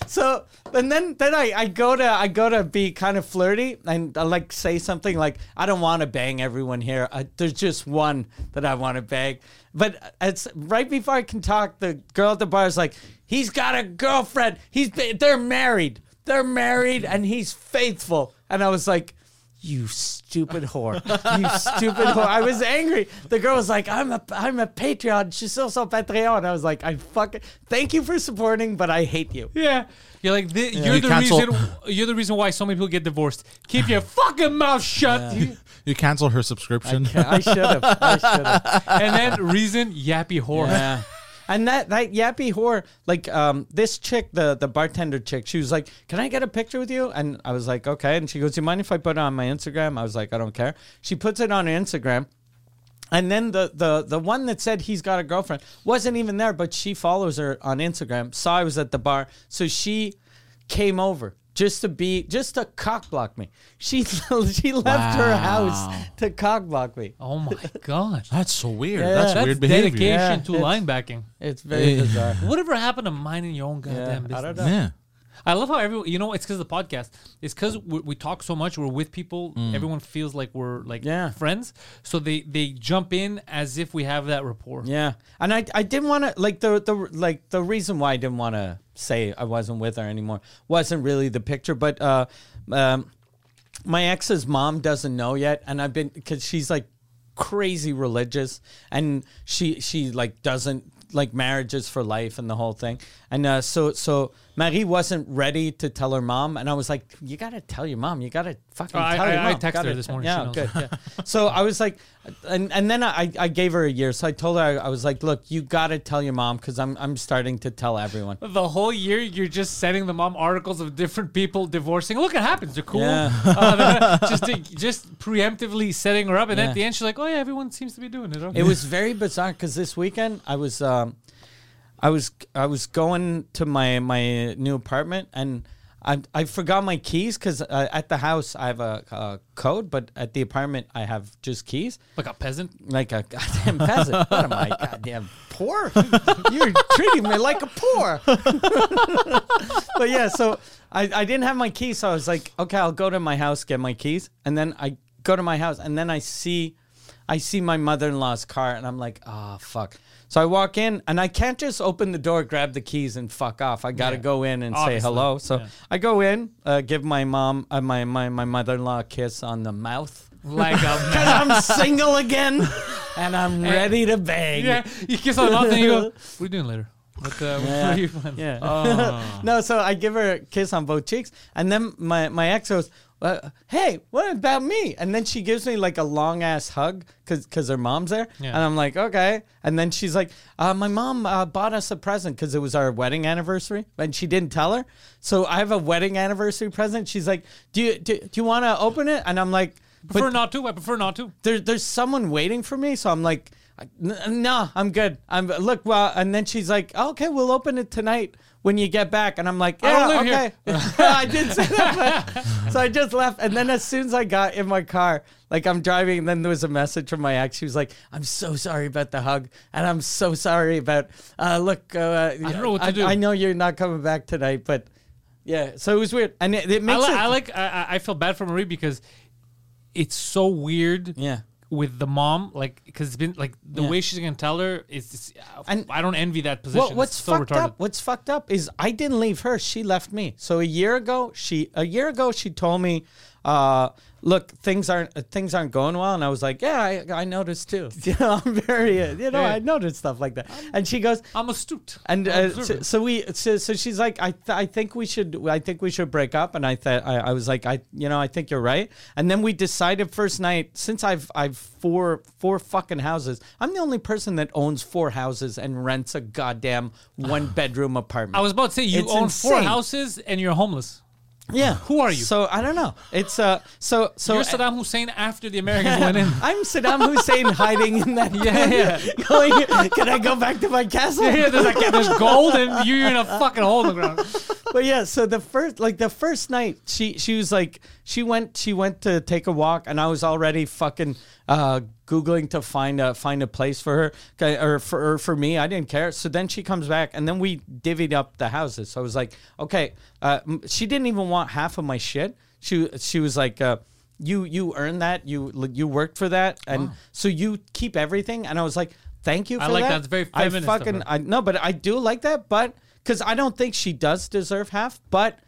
so and then then I, I go to I go to be kind of flirty and I like say something like I don't want to bang everyone here. I, there's just one that I want to bang. But it's right before I can talk, the girl at the bar is like, "He's got a girlfriend. He's been, they're married. They're married, and he's faithful." And I was like. You stupid whore! You stupid whore! I was angry. The girl was like, "I'm a, I'm a Patreon. She's also Patreon." I was like, "I fucking thank you for supporting, but I hate you."
Yeah. You're like the, you're
You
the
cancel-
reason you're the reason why so many people get divorced. Keep your fucking mouth shut.
You cancel her subscription.
I should have. I should have.
and then reason yappy whore.
Yeah. And that that yappy whore, like um, this chick, the the bartender chick, she was like, "Can I get a picture with you?" And I was like, "Okay." And she goes, "You mind if I put it on my Instagram?" I was like, "I don't care." She puts it on her Instagram, and then the the the one that said he's got a girlfriend wasn't even there, but she follows her on Instagram. Saw I was at the bar, so she came over just to be just to cock block me. She she left her house to cock block me.
Oh my god.
That's so weird. That's,
That's
weird
dedication
behavior.
Yeah,
to
it's-
linebacking.
It's very
Yeah.
bizarre.
Whatever happened to minding your own
Yeah,
goddamn business?
I don't know.
Yeah.
I love how everyone, you know, it's because the podcast. It's because we, we talk so much. We're with people. Everyone feels like we're like
Mm. Yeah.
friends. So they they jump in as if we have that rapport.
Yeah, and I I didn't want to like the the like the reason why I didn't want to say I wasn't with her anymore wasn't really the picture, but uh, um, my ex's mom doesn't know yet, and I've been because she's like crazy religious, and she she like doesn't like marriages for life and the whole thing, and uh, so so Marie wasn't ready to tell her mom, and I was like, you gotta tell your mom, you gotta fucking
Oh, I-
tell
I-
your
I
mom.
texted
Gotta
her this
te-
morning. She
Yeah,
knows.
good yeah. So I was like, and, and then I, I gave her a year. So I told her, I was like, look, you got to tell your mom because I'm, I'm starting to tell everyone.
The whole year, you're just sending the mom articles of different people divorcing. Look, it happens. They're cool.
Yeah.
Uh, they're gonna- just to- just preemptively setting her up, and
Yeah.
at the end, she's like, "Oh yeah, everyone seems to be doing it." Okay.
It was very bizarre because this weekend I was, um, I was, I was going to my, my new apartment and I, I forgot my keys because uh, at the house I have a, a code, but at the apartment I have just keys.
like a peasant.
like a goddamn peasant. what am I, goddamn poor? You're treating me like a poor. but yeah, so I, I didn't have my keys, so I was like, okay, I'll go to my house get my keys, and then I go to my house, and then I see, I see my mother-in-law's car, and I'm like, ah, fuck. So I walk in, and I can't just open the door, grab the keys, and fuck off. I gotta
Yeah.
go in and say
Obviously.
hello. So I go in, uh, give my mom, uh, my my my mother-in-law a kiss on the mouth.
Like a
Because I'm single again and I'm ready to bang.
yeah. You kiss on the mouth, and you go, "What are you doing later?" What, uh, what are you planning?
Yeah.
Oh.
no, so I give her a kiss on both cheeks. And then my, my ex goes, uh, Hey, what about me? And then she gives me like a long ass hug because her mom's there.
Yeah.
And I'm like, Okay. And then she's like, uh, My mom uh, bought us a present because it was our wedding anniversary and she didn't tell her. So I have a wedding anniversary present. She's like, Do you, do, do you want to open it? And I'm like,
prefer not to. I prefer not to.
there, there's someone waiting for me. So I'm like, I- n- no, I'm good. I'm look. Well, and then she's like, okay, we'll open it tonight when you get back. And I'm like,
I
yeah,
don't
okay.
live
I did say that. But, so I just left. And then as soon as I got in my car, like I'm driving, and then there was a message from my ex. She was like, I'm so sorry about the hug. And I'm so sorry about, uh, look, uh, I
don't know what to do.
I know you're not coming back tonight, but yeah. So it was weird. And it, it
I,
makes
li-
it.
I like. I, I- I feel bad for Marie because it's so weird.
Yeah.
With the mom, like, because it's been like the
Yeah.
way she's gonna tell her is. is-
And-
I don't envy that position.
Well,
It's
what's
so
fucked
retarded.
up? What's fucked up is I didn't leave her; she left me. So a year ago, she a year ago she told me, uh, "Look, things aren't uh, things aren't going well," and I was like, "Yeah, I, I noticed too. You know, I'm very, uh, you know,
Yeah.
I noticed stuff like that." And she goes,
I'm astute.
and
I'm
uh, so,
observant.
so we, so, so she's like, I, th- I think we should, I think we should break up. And I thought, I, I was like, I, you know, I think you're right. And then we decided first night, since I've, I've four, four fucking houses. I'm the only person that owns four houses and rents a goddamn one bedroom apartment.
I was about to say you
It's
own four
insane.
houses and you're homeless.
Yeah.
Who are you?
So I don't know. It's uh. So so
you're Saddam Hussein after the Americans went in.
I'm Saddam Hussein hiding in that.
Yeah, yeah.
going, can I go back to my castle?
Yeah, there's like yeah, there's gold and you're in a fucking hole in the ground.
but yeah, so the first like the first night she she was like she went she went to take a walk and I was already fucking uh googling to find a find a place for her 'kay, or for or for me. I didn't care. So then she comes back and then we divvied up the houses. So I was like, okay, uh, m- she didn't even want half of my shit. She she was like uh you you earned that you like, you worked for that and so you keep everything and I was like thank you for
I like
that.
that. It's very feminist of
I fucking
her.
I no but I do like that but cuz I don't think she does deserve half but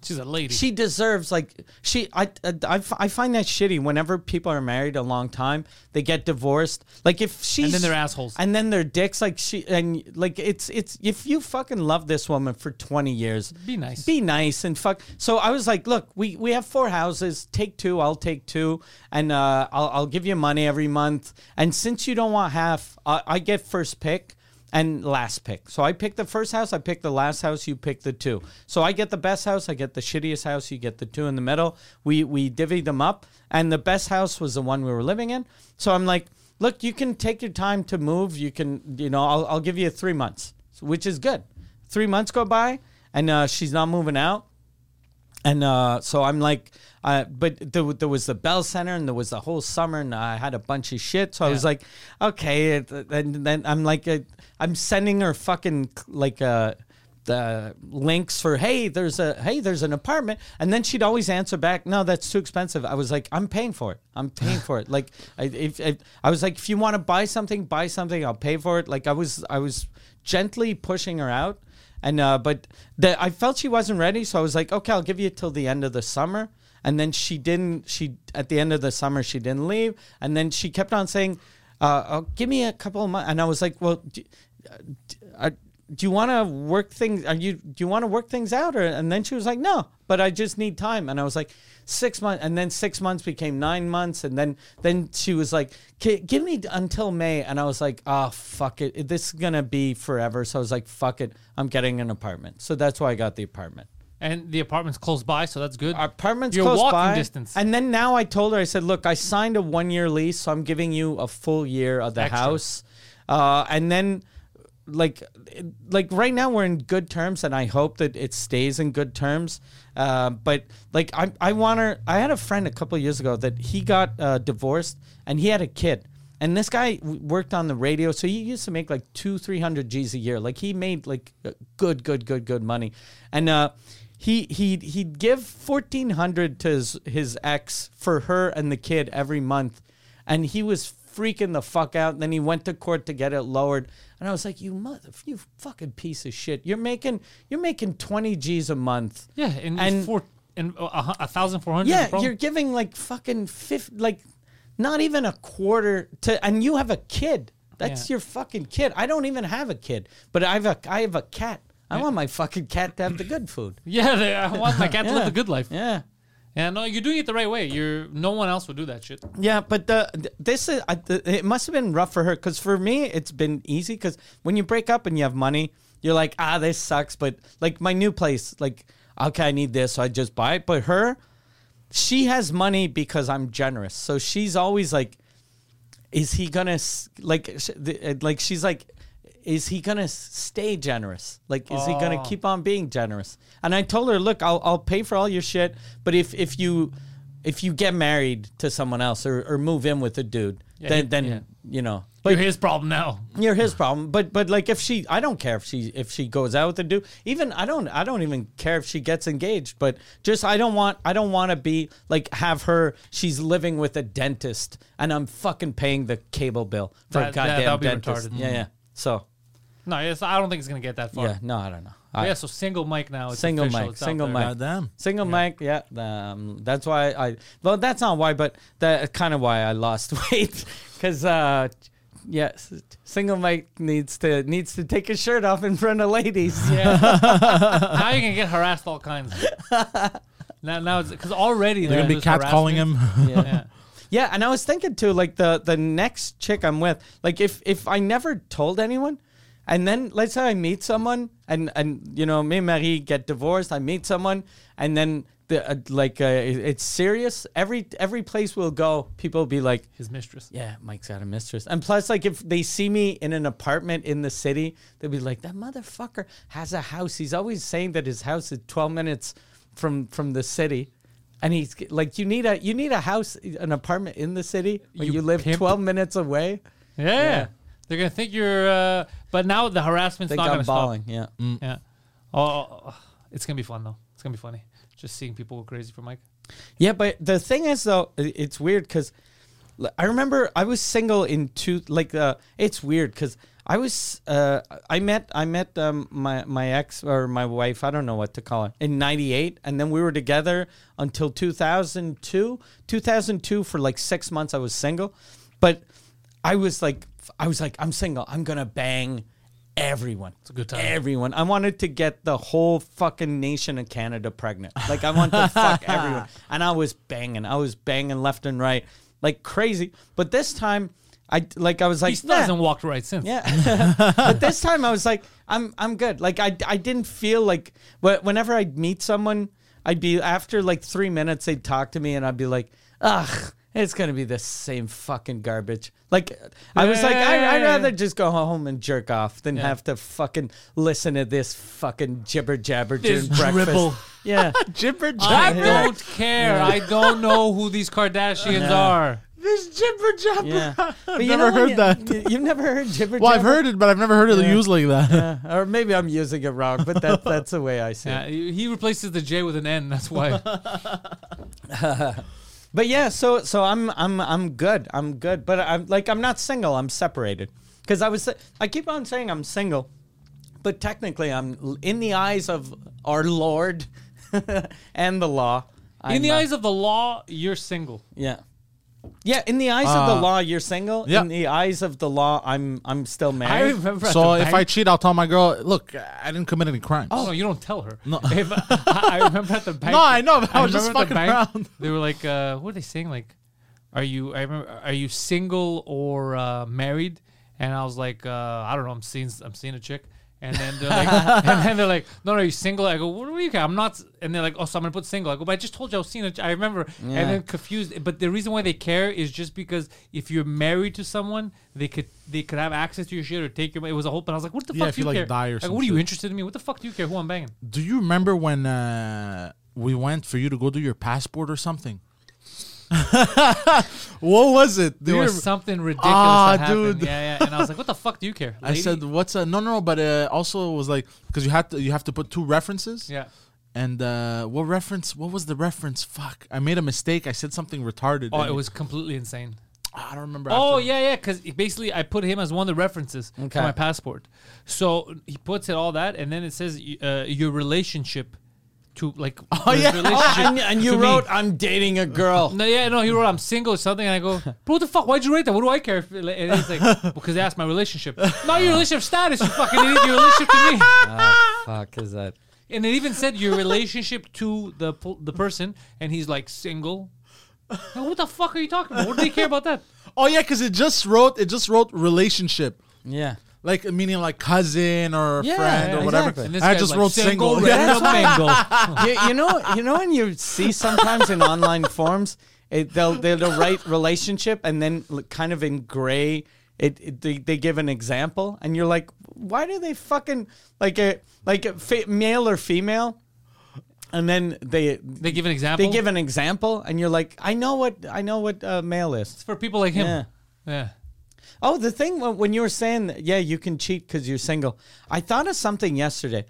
She's a lady.
she deserves like she I, I- I fi- I find that shitty whenever people are married a long time they get divorced like if she
then they're assholes.
and then they're dicks like she and like it's it's if you fucking love this woman for 20 years
Be nice.
be nice and fuck so I was like look we we have four houses take two I'll take two and uh I'll, I'll give you money every month and since you don't want half I, I get first pick and last pick. So I picked the first house, I picked the last house, you pick the two. So I get the best house, I get the shittiest house, you get the two in the middle. We we divvied them up and the best house was the one we were living in. So I'm like, look, you can take your time to move. You can, you know, I'll, I'll give you three months, which is good. Three months go by and uh, she's not moving out. And uh, so I'm like, uh, but there, there was the Bell Center and there was the whole summer and I had a bunch of shit. So I was like, okay. it- And then I'm like, uh, I'm sending her fucking like uh, the links for hey, there's a hey, there's an apartment. And then she'd always answer back, no, that's too expensive. I was like, I'm paying for it. I'm paying for it. Like, I, if, if I was like, if you want to buy something, buy something. I'll pay for it. Like I was, I was gently pushing her out. And uh, but the, I felt she wasn't ready, so I was like, okay, I'll give you till the end of the summer. And then she didn't. She at the end of the summer she didn't leave, and then she kept on saying, uh, oh, "Give me a couple of months." And I was like, well. Do, uh, d- uh, do you want to work things? Are you do you want to work things out? Or and then she was like, no, but I just need time. And I was like, six months, and then six months became nine months, and then then she was like, "Ki- give me until May. And I was like, ah, fuck it, this is gonna be forever. So I was like, fuck it, I'm getting an apartment. So that's why I got the apartment.
and the apartment's close by, so that's good.
Our apartment's
You're
close
walking
by.
distance.
And then now I told her, I said, look, I signed a one year lease, so I'm giving you a full year of the
Extra.
house. Uh, and then, like, it- like right now we're in good terms, and I hope that it stays in good terms. Uh, but like, I I want her. I had a friend a couple of years ago that he got uh, divorced and he had a kid. And this guy w- worked on the radio, so he used to make like two, three hundred G's a year. Like he made like good, good, good, good money, and uh, he he he'd give fourteen hundred to his his ex for her and the kid every month, and he was freaking the fuck out. And then he went to court to get it lowered, and I was like, you mother, you fucking piece of shit. You're making you're making twenty G's a month.
yeah, and,
and-
four and uh, a hu- a thousand four hundred.
Yeah, you're giving like fucking fifth, like not even a quarter to, and you have a kid. That's
Yeah.
your fucking kid. I don't even have a kid, but I have a I have a cat. I want my fucking cat to have the good food.
yeah. They, I want my cat to live the good life. Yeah.
Yeah.
no, you're doing it the right way. You're no one else would do that shit.
Yeah, but the th- this is I, th- it must have been rough for her because for me it's been easy because when you break up and you have money, you're like ah this sucks, but like my new place, like okay I need this, so I just buy it. But her, she has money because I'm generous, so she's always like, is he gonna s- like sh- the- uh, like she's like. is he gonna s- stay generous? Like, is he gonna
Oh.
keep on being generous? And I told her, look, I'll I'll pay for all your shit, but if if you if you get married to someone else or, or move in with a dude, then
you-
then
yeah.
you know,
You're
but
his problem now.
you're his problem. But but like if she, I don't care if she if she goes out with a dude. Even I don't I don't even care if she gets engaged. But just I don't want I don't want to be like have her. She's living with a dentist, and I'm fucking paying the cable bill
That-
for a
that-
goddamn
that'll be
dentist.
retarded.
Yeah, yeah. So
No, it's, I don't think it's gonna get that far.
yeah, no, I don't know.
But
I-
yeah, so single Mike now. It's
Single
official,
Mike,
it's out
single
there.
Mike.
Goddamn.
Single mic, yeah. Um, that's why I. Well, that's not why, but that kind of why I lost weight, because uh, yeah, s- single mic needs to needs to take his shirt off in front of ladies.
Yeah. now you can get harassed all kinds. now, now it's because already
They're gonna be catcalling him.
Yeah.
Yeah.
yeah, and I was thinking too, like the the next chick I'm with, like if if I never told anyone, and then let's say I meet someone, and and you know me and Marie get divorced, I meet someone, and then. The, uh, like uh, it- it's serious. Every every place we'll go, people will be like,
His mistress.
Yeah, Mike's got a mistress. And plus, like, if they see me in an apartment in the city, they'll be like, that motherfucker has a house. He's always saying that his house is 12 minutes from from the city. And he's g- like, you need a you need a house, an apartment in the city where
You
you, live
pimp.
12 minutes away.
Yeah. They're gonna think you're. Uh, but now the harassment's
Think
not
I'm
gonna stop.
balling. Yeah.
Yeah. Oh, oh, oh, it's gonna be fun though. It's gonna be funny. Just seeing people go crazy for Mike.
Yeah, but the thing is, though, i- it's weird because I remember I was single in two. Like, uh, it's weird because I was uh, I met I met um, my my ex or my wife. I don't know what to call her in '98, and then we were together until 2002. 2002 for like six months, I was single, but I was like, I was like, I'm single. I'm gonna bang everyone. It's
a good time.
Everyone. I wanted to get the whole fucking nation of Canada pregnant. Like I want to fuck everyone. And I was banging. I was banging left and right like crazy. But this time I like I was like
He still
"Nah."
hasn't walked right since.
Yeah. but this time I was like, I'm I'm good. Like I I didn't feel like wh- whenever I'd meet someone, I'd be after like three minutes they'd talk to me and I'd be like, ugh. It's gonna be the same fucking garbage. Like I was like, I, I'd
Yeah.
rather just go home and jerk off than have to fucking listen to this fucking jibber jabber
This
during breakfast.
dribble.
Yeah,
Jibber
I don't care. I don't know who these Kardashians are.
This jibber jabber.
yeah. But you
never
know when
heard
you-
that.
you- You've never heard jibber.
Well, I've
jabber?
heard it, but I've never heard it used like that.
Yeah, or maybe I'm using it wrong, but that, that's the way I see it.
Yeah, he he replaces the J with an N. That's why.
But yeah, so so I'm I'm I'm good. I'm good. But I'm like I'm not single. I'm separated. Because I was I keep on saying I'm single, but technically I'm in the eyes of our Lord and the law.
In the eyes of the law, you're single.
yeah. Yeah, in the eyes of
Ah.
the law, you're single.
yeah.
In the eyes of the law, I'm I'm still married.
So if I cheat, I'll tell my girl, look, I didn't commit any crimes.
Oh, no, you don't tell her. No, if, I, I remember at the bank.
No, I know, but I was just
remember at the
fucking
bank,
around.
They were like, uh, "What are they saying? Like, are you? I remember, are you single or uh, married?" And I was like, uh, "I don't know. I'm seeing, I'm seeing a chick." And then they're like, and then they're like, "No, no, are you single?" I go, "What are you? I'm not." s-" And they're like, "Oh, so I'm gonna put single." I go, "But I just told you I was seeing a. ch- I remember." And then confused. But the reason why they care is just because if you're married to someone, they could they could have access to your shit or take your. It was a whole. But I was like, "What the
Yeah,
fuck
if
do
you,
you care?
like, die or
Like,
some
what are you
shit.
interested in me? What the fuck do you care who I'm banging?"
Do you remember when uh, we went for you to go do your passport or something? what was it? Do
There
you
was
rem-
something ridiculous
Ah,
that happened.
dude.
Yeah, yeah. And I was like, "What the fuck do you care?"
I
lady?"
said, "What's a no, no, no?" But uh, also it was like because you had to you have to put two references.
"Yeah."
And uh, what reference? What was the reference? Fuck! I made a mistake. I said something retarded.
Oh,
and
it was completely insane.
I don't remember.
Oh
after.
yeah, yeah. Because basically, I put him as one of the references
Okay.
for my passport. So he puts it all that, and then it says uh, your relationship to like. Oh
yeah.
oh, and, and you
to me.
wrote, "I'm dating a girl."
No, yeah, no. He wrote, "I'm single" or something, and I go, "Bro, what the fuck? Why'd you write that? What do I care?" If, and it's like, "Because they asked my relationship, not your relationship status. You fucking idiot. Your relationship to me." Ah,
Fuck is that?
And it even said your relationship to the pl- the person, and he's like single. Like, what the fuck are you talking about? What do they care about that?
Oh yeah, because it just wrote it just wrote relationship.
Yeah.
Like meaning like cousin or
Yeah,
friend or
yeah,
whatever.
exactly.
And this
I
guy's
just
like,
wrote
single,
single.
ready
Yeah.
to mingle.
you, you know, you know when you see sometimes in online forums, it, they'll they'll write relationship and then l- kind of in gray it, it they, they give an example, and you're like, why do they fucking like a like a fe- male or female? And then they
They give an example.
they give an example, and you're like, I know what I know what uh, male is.
It's for people like him.
Yeah.
Yeah.
Oh, the thing when when you were saying, that, yeah, you can cheat because you're single. I thought of something yesterday.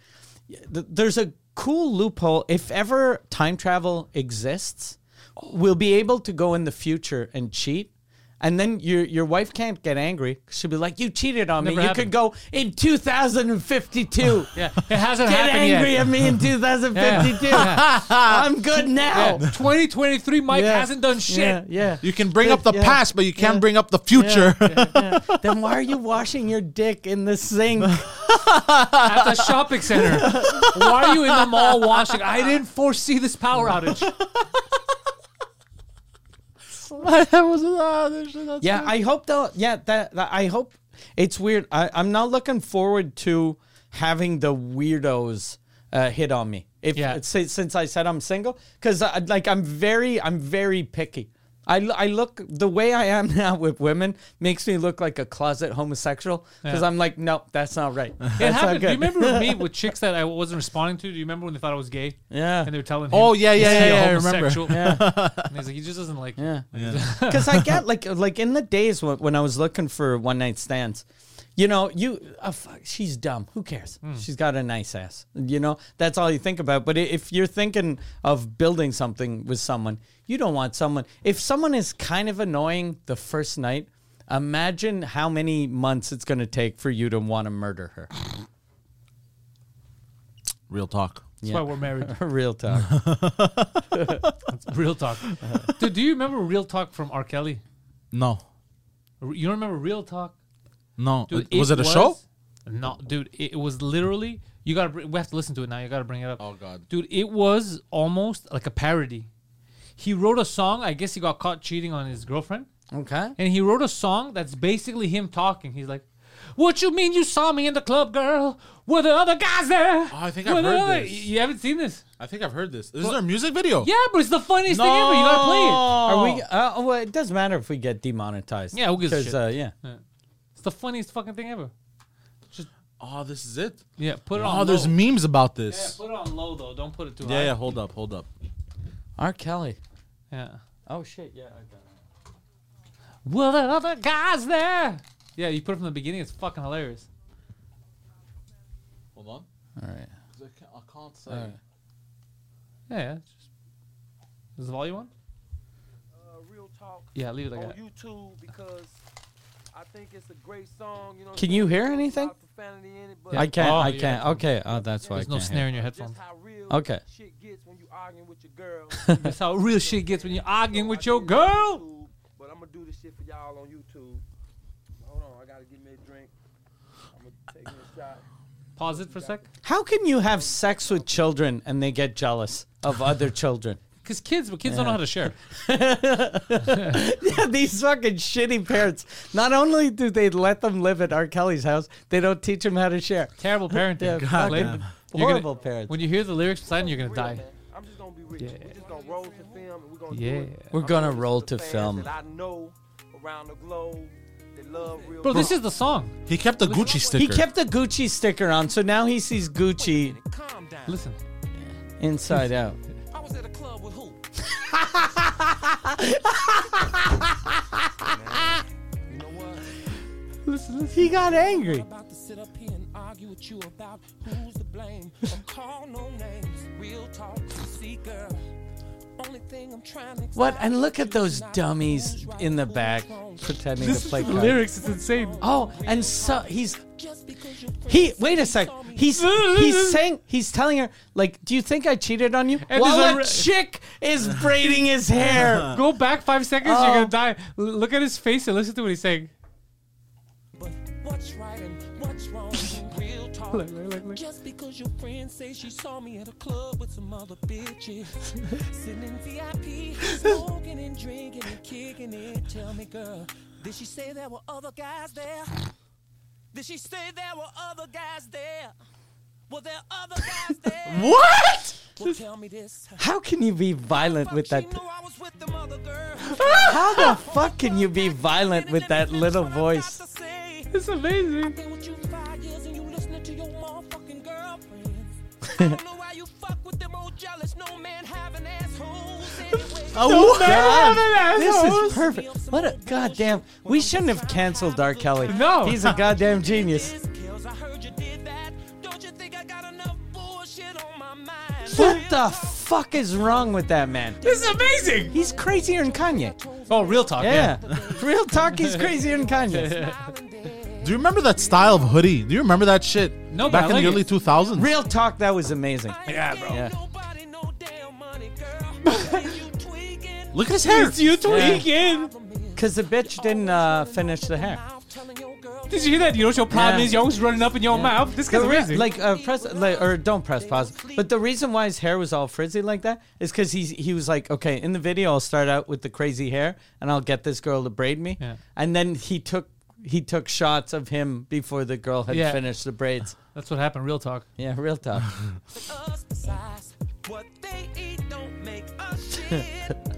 Th- There's a cool loophole. If ever time travel exists, we'll be able to go in the future and cheat. And then your your wife can't get angry. 'cause She'll be like, "You cheated on me.
Never
you
happened.
could go in 2052.
Yeah. It hasn't
Get
happened
angry
yet.
at me in 2052.
Yeah.
I'm good now.
Yeah. 2023 Mike
Yeah.
hasn't done shit.
Yeah, yeah.
You can bring
Yeah,
up the
yeah,
past, but you can't
yeah.
bring up the future.
then why are you washing your dick in the sink?
at the shopping center. Why are you in the mall washing? I didn't foresee this power outage.
That was- ah, that shit, that's
yeah, I hope though. Yeah, that, that- I hope it's weird. I, I'm not looking forward to having the weirdos uh, hit on me. If
Yeah.
yeah. since, since I said I'm single, because like I'm very, I'm very picky. I, l- I look the way I am now with women makes me look like a closet homosexual because
Yeah.
I'm like no that's not right.
It
That's not
happened. Do you
good.
remember with me with chicks that I wasn't responding to? Do you remember when they thought I was gay?
Yeah.
And they were telling him.
Oh, yeah, yeah,
he's
yeah,
a
yeah, I remember.
homosexual. And he's like, he just doesn't like. me.
Yeah. Because I get like like in the days when, when I was looking for one night stands, you know, you oh, fuck, she's dumb. Who cares?
Hmm.
She's got a nice ass. You know, that's all you think about. But i- if you're thinking of building something with someone, you don't want someone. If someone is kind of annoying the first night, imagine how many months it's going to take for you to want to murder her.
real talk.
That's why we're married.
Real talk.
Real talk. Dude, do you remember Real Talk from R. Kelly?
No,
You don't remember Real Talk?
no.
Dude,
was it a show?
No, dude. It was literally. You gotta. br- We have to listen to it now. You gotta bring it up.
Oh, God.
dude. It was almost like a parody. He wrote a song. I guess he got caught cheating on his girlfriend,
okay.
and he wrote a song that's basically him talking. He's like, "What you mean you saw me in the club, girl? Were the other guys there?
Oh, I think
Were
I've
the
heard
other-"
this.
You haven't seen this?
I think I've heard this. Is there a music video?
Yeah, but it's the funniest thing ever. You gotta play it.
Are we? Uh, well, it doesn't matter if we get demonetized.
Oh. Yeah, who gives a
'Cause,
shit?
Uh, yeah.
It's the funniest fucking thing ever.
Oh, this is it.
Yeah, put it on.
Oh, there's
low.
memes about
Yeah,
this.
put it on low though. Don't put it too
Yeah,
high.
yeah, Hold up, hold up.
R. Kelly.
Yeah.
Oh shit! Yeah, I got it.
Were the other guys there? Yeah, you put it from the beginning. It's fucking hilarious.
Hold on.
All right.
I can't say.
Yeah, yeah. it's Just... Is the volume on?
uh, Real Talk
Yeah, leave it like
on
that.
YouTube because I think it's a great song. You know,
Can you hear anything? I can't.
Oh,
I
yeah.
can't. Okay. Oh, that's why.
There's
I
no
can't
snare
hear.
in your headphones.
Okay.
Shit gets when you arguing with your girl.
That's how real shit gets when you're arguing
So I
with your
did it on
girl.
YouTube, But I'm gonna do this shit for y'all on YouTube. Hold on, I gotta give me a drink. I'm gonna take me a shot.
Pause it for a sec.
How can you have sex with children and they get jealous of other children?
Because kids, but kids don't know how to share.
Yeah, these fucking shitty parents. Not only do they let them live at R. Kelly's house, they don't teach them how to share.
Terrible parenting.
God
Blake.
damn.
You're
Horrible
gonna,
parents.
When you hear the lyrics beside, you're gonna
Real,
die.
man. I'm just gonna be real. We're just gonna roll to film and we're gonna
Yeah.
do it.
We're
I'm
gonna
doing this
roll
for
to
the fans
film.
That I know around the globe that love real
Bro, this is the song.
He kept a Gucci sticker.
He kept the Gucci sticker on, so now he sees Gucci
Calm down.
Listen.
inside out.
I was at a club with who? you know what?
He got angry.
about to sit up here and argue with you about who's to blame. I'm call no names, real talk, see girl. Only thing I'm trying to
What? And look at those dummies in the back pretending to play cards.
it's insane.
Oh, and so he's he. Wait a sec. He's he's saying he's telling her like, "Do you think I cheated on you?"
And
While
there's a
a
re-
chick is braiding his hair.
Go back five seconds,
Oh.
you're gonna die. L- look at his face and listen to what he's saying.
But what's right and what's wrong? Real talk.
Look, look, look, look.
Just because your friend says she saw me at a club with some other bitches, sitting in VIP, smoking and drinking and kicking it. Tell me, girl, did she say there were other guys there? Did she say there were other guys there? Were there other guys there?
What?
Well, tell me this.
How can you be violent
Fuck,
with
she
that?
knew I was with the mother girl.
How the fuck can you be violent with that little voice?
It's amazing.
Been with you five years and you listening to your motherfucking girlfriends. I don't know why you fuck with them old jealous. No man having assholes anyway.
Oh,
man,
God. This
assholes.
is perfect. What a goddamn. We shouldn't have canceled Dark Kelly.
No.
He's a goddamn genius.
Kills, I heard you did that. Don't you think I got enough bullshit on my mind?
What the fuck is wrong with that man?
This is amazing.
He's crazier than Kanye.
Oh, real talk.
Yeah.
Yeah.
Real talk, he's crazier than Kanye.
Do you remember that style of hoodie? Do you remember that shit?
No, but
back
I
in
like
the
it.
early 2000s.
Real talk, that was amazing.
Yeah, bro.
Yeah.
Nobody no damn money, girl. you tweaking.
Look at his hair.
It's you tweaking.
Because the bitch didn't uh, finish the hair.
Did you hear that? You know what your problem
Yeah.
is? You're always running up in your mouth. This guy's
The re-
amazing.
like uh, press like, or don't press pause. But the reason why his hair was all frizzy like that is because he he was like, okay, in the video I'll start out with the crazy hair and I'll get this girl to braid me,
Yeah.
and then he took he took shots of him before the girl had
Yeah.
finished the braids.
that's what happened. Real talk.
Yeah, real talk.
us the size. What they eat don't make us shit.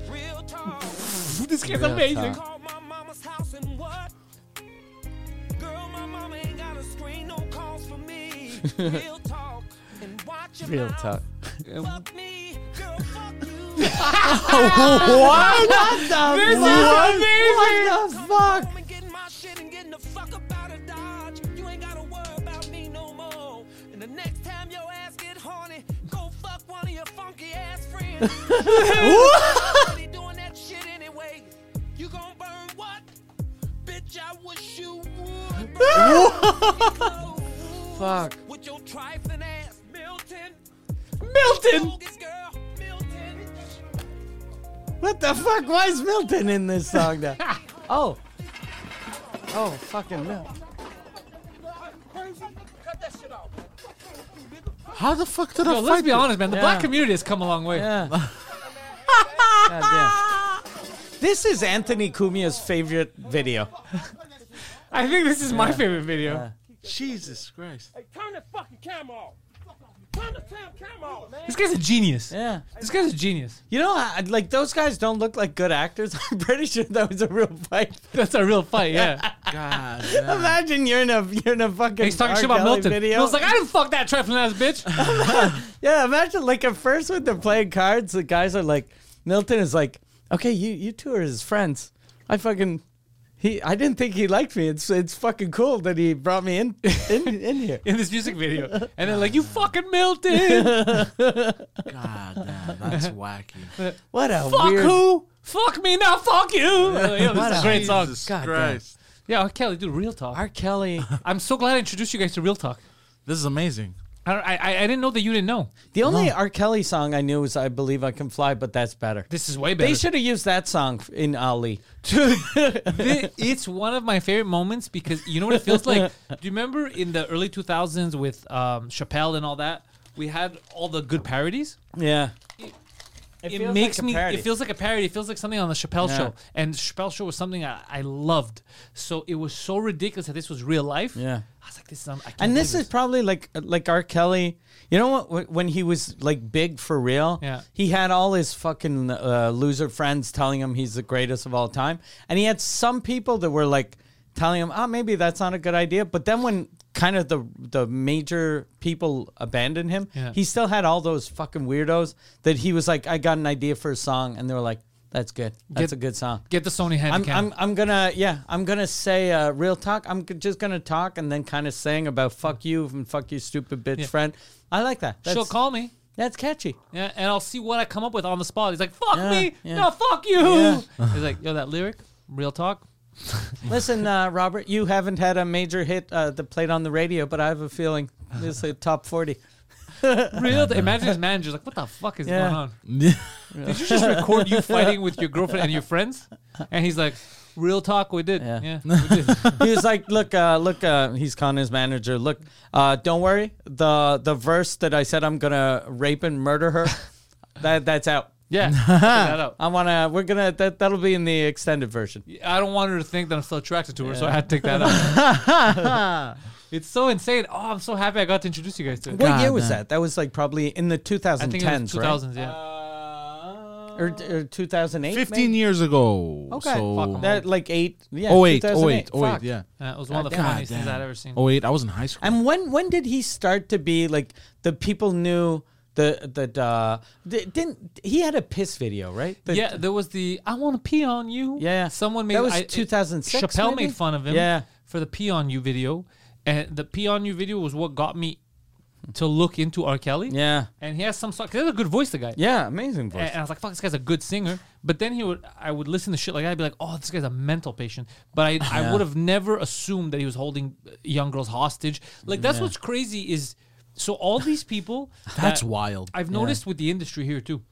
Real talk.
this guy's
Real
amazing.
talk.
Call my mama's house and what? Girl, my mama ain't got a screen, no calls for me. Real talk. And watch your
Real
mouth.
talk.
Fuck me, girl, fuck you.
what the
This is
fuck?
amazing.
What the fuck?
Home and getting my shit and getting the fuck up out of Dodge. You ain't gotta worry about me no more. And the next time your ass get horny, go fuck one of your funky ass friends. Nobody doing that shit anyway. You gonna burn what? Bitch, I wish you would. burn clothes
Fuck.
With your trifling ass, Milton.
Milton.
Bogus girl, Milton.
What the fuck? Why is Milton in this song now? oh. Oh, fucking Milton.
Cut that shit off.
How the fuck did I
Yo, let's
find
be
it?
honest, man. The
Yeah.
black community has come a long way.
Yeah. God damn. This is Anthony Cumia's favorite video.
I think this is my favorite video.
Jesus Christ.
Hey, turn the fucking camera off. Turn the damn camera off, man.
This guy's a genius.
Yeah.
This guy's a genius.
You know, I- like those guys don't look like good actors. I'm pretty sure that was a real fight.
That's a real fight. Yeah.
God.
Imagine you're in a you're in a fucking
He's talking
R.
shit about
Kelly
Milton.
video.
Milton's like, "Ah!" I didn't fuck that trifling ass bitch.
yeah, imagine like at first when they're playing cards, the guys are like, Milton is like, okay, you you two are his friends. I fucking. He, I didn't think he liked me. It's it's fucking cool that he brought me in in, in here.
in this music video. And they're like, you fucking Milton.
God, damn, that's wacky.
What a
fuck
weird.
who? Fuck me now. Fuck you. Yo, this is a great song.
Jesus
God damn.
Christ.
Yeah, Kelly, dude, real talk.
R. Kelly.
I'm so glad I introduced you guys to real talk.
This is amazing.
I, don't- I, I- I didn't know that you didn't know.
The only R. Kelly song I knew was "I Believe I Can Fly," but that's better.
This is way better.
They should have used that song in Ali.
Dude, thi- it's one of my favorite moments because you know what it feels like. Do you remember in the early 2000s with um, Chappelle and all that? We had all the good parodies.
Yeah,
It,
feels
makes
like a
me.
parody.
It feels like a parody. It feels like something on the Chappelle
Yeah.
show. And Chappelle show was something I, I loved. So it was so ridiculous that this was real life.
Yeah.
I was like, this is. un- I can't
and this
believe
is probably like uh, like R. Kelly. You know what? wh- When he was like big for real,
Yeah.
he had all his fucking uh, loser friends telling him he's the greatest of all time, and he had some people that were like telling him, "Oh, maybe that's not a good idea." But then when kind of the the major people abandoned him,
Yeah.
he still had all those fucking weirdos that he was like, "I got an idea for a song," and they were like, "That's good.
Get-
That's a good song."
Get the Sony handy
I'm,
cam.
I'm, I'm gonna yeah I'm gonna say uh, real talk I'm g- just gonna talk and then kind of sing about fuck you and fuck you stupid bitch
Yeah.
friend I like that that's,
She'll call me.
that's catchy
Yeah, and I'll see what I come up with on the spot. He's like, "Fuck
Yeah,
me,
yeah.
no, fuck you."
Yeah.
He's like, "Yo, that lyric, real talk."
listen uh, Robert you haven't had a major hit uh, that played on the radio but I have a feeling this is a top forty
Real. Imagine his manager's like, "What the fuck is
Yeah.
going on? Did you just record you fighting with your girlfriend and your friends?" And he's like, "Real talk, we did.
Yeah.
Yeah, we did.
he was like look uh, look uh, he's calling his manager look uh, don't worry the the verse that I said I'm gonna rape and murder her that that's out
yeah." check that out.
I wanna we're gonna that that'll be in the extended version
I don't want her to think that I'm still attracted to her, so I had to take that out. It's so insane. Oh, I'm so happy I got to introduce you guys to it.
What year
God
was
damn.
that? That was like probably in the 2010s,
I think it was 2000s,
right?
yeah.
Or, or 2008?
15 years ago.
Okay.
So,
That like eight. Yeah.
oh wait, oh
2008.
wait, oh wait,
Fuck.
yeah.
That was one of the
God
funniest things
damn.
I'd ever seen.
Oh wait, I was in high school.
And when when did he start to be like the people knew the the, the, the didn't he had a piss video right? The-
yeah, there was the I want to pee on you.
Yeah.
someone made
That was
I- it-
2006
Chappelle
maybe?
made fun of him.
Yeah.
for the pee on you video, and the pee on you video was what got me to look into R. Kelly.
yeah,
and he has some sort. Cause he has a good voice, the guy.
yeah. Amazing voice.
And I was like, "Fuck, this guy's a good singer." But then he would, I would listen to shit like that. I'd be like, "Oh, this guy's a mental patient." But I, I would have never assumed that he was holding uh, young girls hostage. Like that's what's crazy is, so all these people.
That's
that-
wild.
I've noticed with the industry here too.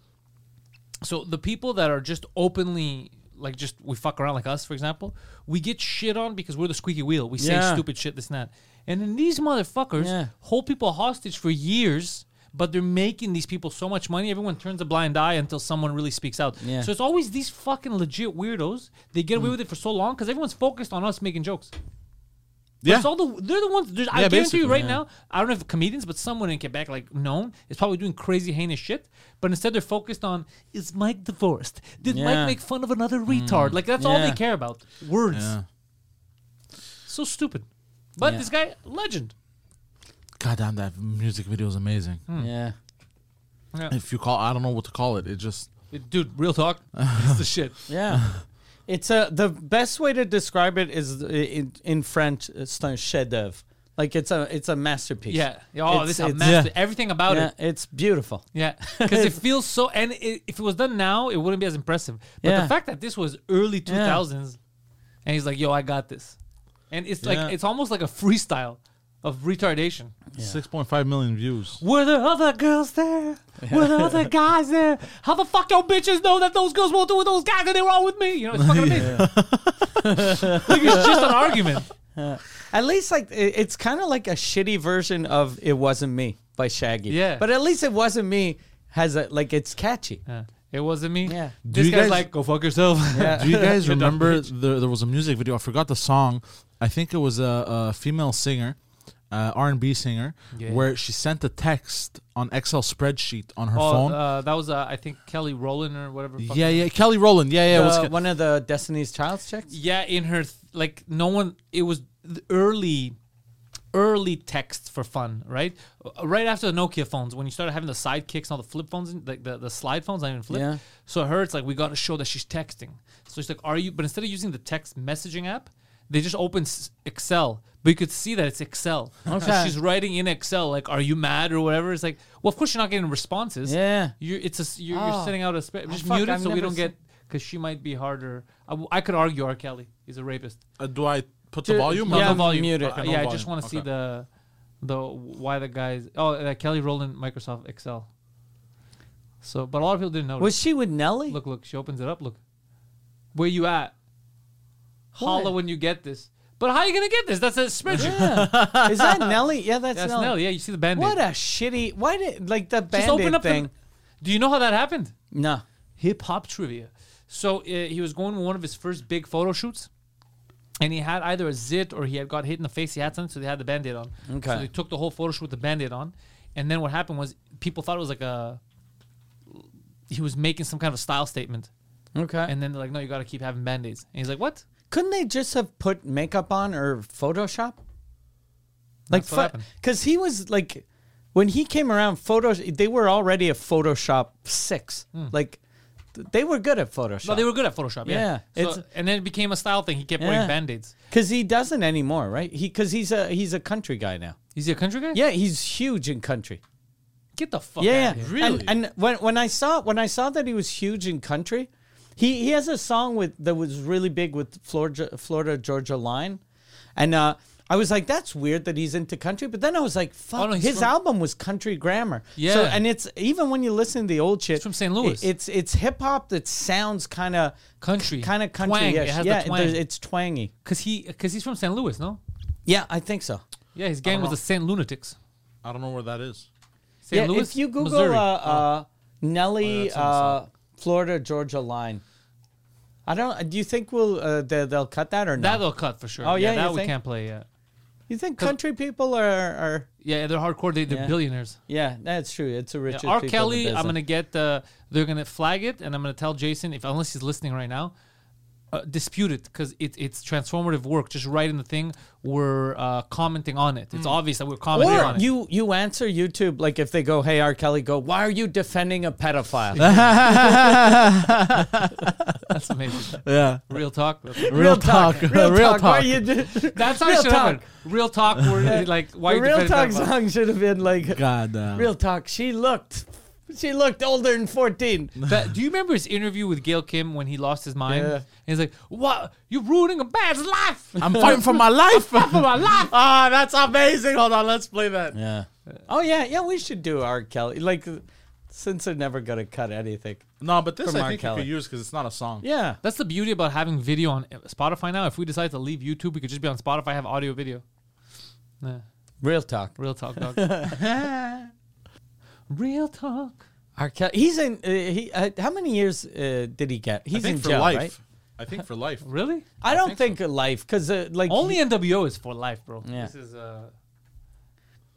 So the people that are just openly like just we fuck around like us, for example, we get shit on because we're the squeaky wheel. We say
Yeah.
stupid shit, this and that. And then these motherfuckers
Yeah.
hold people hostage for years, but they're making these people so much money, everyone turns a blind eye until someone really speaks out.
Yeah.
So it's always these fucking legit weirdos. They get
Hmm.
away with it for so long because everyone's focused on us making jokes. But
yeah.
It's all the they're the ones. there's- I
Yeah,
guarantee you
basically,
right
yeah.
now. I don't know if comedians, but someone in Quebec, like known, is probably doing crazy heinous shit. But instead, they're focused on is Mike divorced? Did
Yeah.
Mike make fun of another retard? Like that's all they
Yeah.
care about. Words.
Hmm. Yeah.
So stupid. But
Yeah.
this guy, legend.
God damn, that music video is amazing.
Hmm.
yeah.
If you call, I don't know what to call it. It just
Dude, real talk. it's the shit.
Yeah. it's a the best way to describe it is uh, in, in French it's un chef d'oeuvre. Like it's a it's a masterpiece.
Yeah. Oh,
It's-
this
it's-
a master. Everything about
yeah,
it.
it's beautiful.
Yeah, because it feels so. And it, if it was done now, it wouldn't be as impressive. But
Yeah.
the fact that this was early two thousands, and he's like, "Yo, I got this," and it's
Yeah.
like it's almost like a freestyle of retardation.
6.5 million views.
Were there other girls there? Were there other guys there? How the fuck your bitches know that those girls won't do with those guys and they were all with me? You know, it's fucking amazing. like it's just an argument.
At least like it- it's kind of like a shitty version of "It Wasn't Me" by Shaggy.
Yeah.
But at least "It Wasn't Me" has a like it's catchy.
Yeah. It wasn't me.
Yeah.
This
Do you
guy's
guys-
like, go fuck yourself.
Do you guys
You're dumb
remember
bitch.
the, there was a music video? I forgot the song. I think it was a, a female singer, uh, R&B singer,
Yeah.
where she sent a text on Excel spreadsheet on her
Oh,
phone.
uh, that was uh, I think Kelly Rowland or whatever. the fuck
yeah, yeah, Kelly Rowland. Yeah, yeah.
Uh,
what's ca-
one of the Destiny's Child chicks.
Yeah, in her th- like no one. It was the early, early text for fun, right? Uh, Right after the Nokia phones, when you started having the sidekicks and all the flip phones, and, like the, the slide phones, not even flip.
Yeah.
So her, it's like we got to show that she's texting. So she's like, "Are you?" But instead of using the text messaging app, they just open s- Excel. But you could see that it's Excel. So
Okay.
she's writing in Excel, like, "Are you mad?" or whatever. It's like, well, of course you're not getting responses.
Yeah.
You're, it's a s- you're, you're
Oh.
sending out a spe- just
fuck,
mute it
I've
so we
never
don't
seen-
get because she might be harder. I, w- I could argue R. Kelly is a rapist.
uh, do I put the volume?
No,
up?
Yeah,
no volume.
mute it.
Uh,
Okay, no
yeah, I
volume.
just want to see
Okay.
the the why the guys. Oh, uh, Kelly Rowland, Microsoft Excel. So, but a lot of people didn't notice.
Was she with Nelly?
look, look, she opens it up. Look, where you at? Holla
What?
when you get this. But how you gonna get this? That's a spreadsheet.
Yeah. Is that Nelly? Yeah, that's,
That's
Nelly.
Nelly. Yeah, you see the band.
What a shitty. Why did like the
Just
band
open up the-
thing?
Do you know how that happened?
no.
hip hop trivia. So uh, he was going to one of his first big photo shoots, and he had either a zit or he had got hit in the face. He had something, so they had the band aid on.
Okay.
So they took the whole photo shoot with the band aid on, and then what happened was people thought it was like a he was making some kind of a style statement,
Okay.
and then they're like, "No, you got to keep having band aids." And he's like, "What?"
couldn't they just have put makeup on or Photoshop? Like,
That's what happened.
because he was like, when he came around, photo they were already a Photoshop six. Like, th- they were good at Photoshop.
No, Hmm. they were good at Photoshop. Yeah.
Yeah,
So-
it's-
and then it became a style thing. He kept
Yeah.
wearing band aids.
because he doesn't anymore, right? He because he's a he's a country guy now.
Is he a country guy?
Yeah, he's huge in country.
Get the fuck.
Yeah,
out
yeah.
Of here.
Really?
And, and when when I saw when I saw that he was huge in country, he he has a song with that was really big with Florida Florida Georgia Line, and uh, I was like, that's weird that he's into country. But then I was like, fuck,
Oh, no, he's
his
from-
album was country grammar. So,
Yeah.
and it's even when you listen to the old shit,
from St. Louis.
i- it's it's hip hop that sounds kind of
Country.
kind of
Twang.
country.
It has the
yeah,
twang.
there's- it's twangy.
Cause he, cause he's from St. Louis, no?
Yeah, I think so.
Yeah, his gang was the St. Lunatics.
I don't know where that is.
St.
yeah,
Louis,
if you Google
Missouri. Oh,
uh, uh, Nelly,
that's on the
uh, Florida Georgia line, I don't. Do you think we'll uh, they, they'll cut that or not?
That'll cut for sure.
Oh,
yeah,
yeah,
that
you
we
think?
can't play yet.
You think country people are, are
Yeah, they're hardcore. They, they're
Yeah.
billionaires.
yeah, that's true. It's a
Yeah,
richer
R.
people
Kelly,
business.
I'm gonna get. Uh, they're gonna flag it, and I'm gonna tell Jason if unless he's listening right now, uh, dispute it because it, it's transformative work. Just write in the thing. We're uh, commenting on it. It's obvious that we're commenting
Mm. Or
on it.
you you answer YouTube like if they go, "Hey R. Kelly, go. Why are you defending a pedophile?"
That's amazing.
Yeah.
Real talk. That's,
Real talk.
Real, talk. Why
talk.
you do-
that's how
real
it should
talk.
happen. Real talk. We're like why
The
you
real
defending
talk
that?
song should have been like
God uh, damn.
real talk. She looked, she looked older than fourteen.
That- do you remember his interview with Gail Kim when he lost his mind?
Yeah.
And he's like, "What? You're ruining a man's life."
I'm fighting for my life.
for my life.
ah, that's amazing. Hold on, let's play that.
Yeah. Oh yeah, yeah. We should do R. Kelly like since they're never gonna cut anything.
No, but this
From R.
I think you
Kelly.
could use because it's not a song.
Yeah.
That's the beauty about having video on Spotify now. If we decide to leave YouTube, we could just be on Spotify, have audio video. Nah,
Real talk.
real talk, dog. real talk.
R. Kelly. He's in. Uh, he. Uh, how many years uh, did he get? He's
I think
in
for
jail,
life.
right?
I think for life.
Really?
I don't think, life because uh, like
Only NWO is for life, bro.
Yeah.
This is uh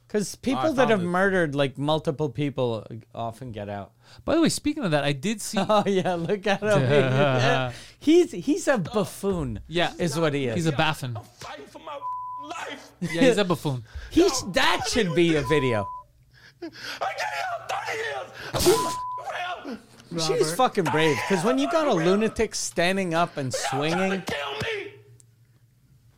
because
I
people that
found
have
it.
murdered like multiple people uh, often get out.
By the way, speaking of that, I did see
Oh yeah, look at him. Yeah. He's he's a buffoon.
Yeah.
is what he is.
he's a baffin.
Fighting for my life.
Yeah, he's a buffoon.
He's that should be a video.
I got out 30 years. I'm around.
She's fucking brave because when you got a lunatic standing up and swinging,
Trying to kill me.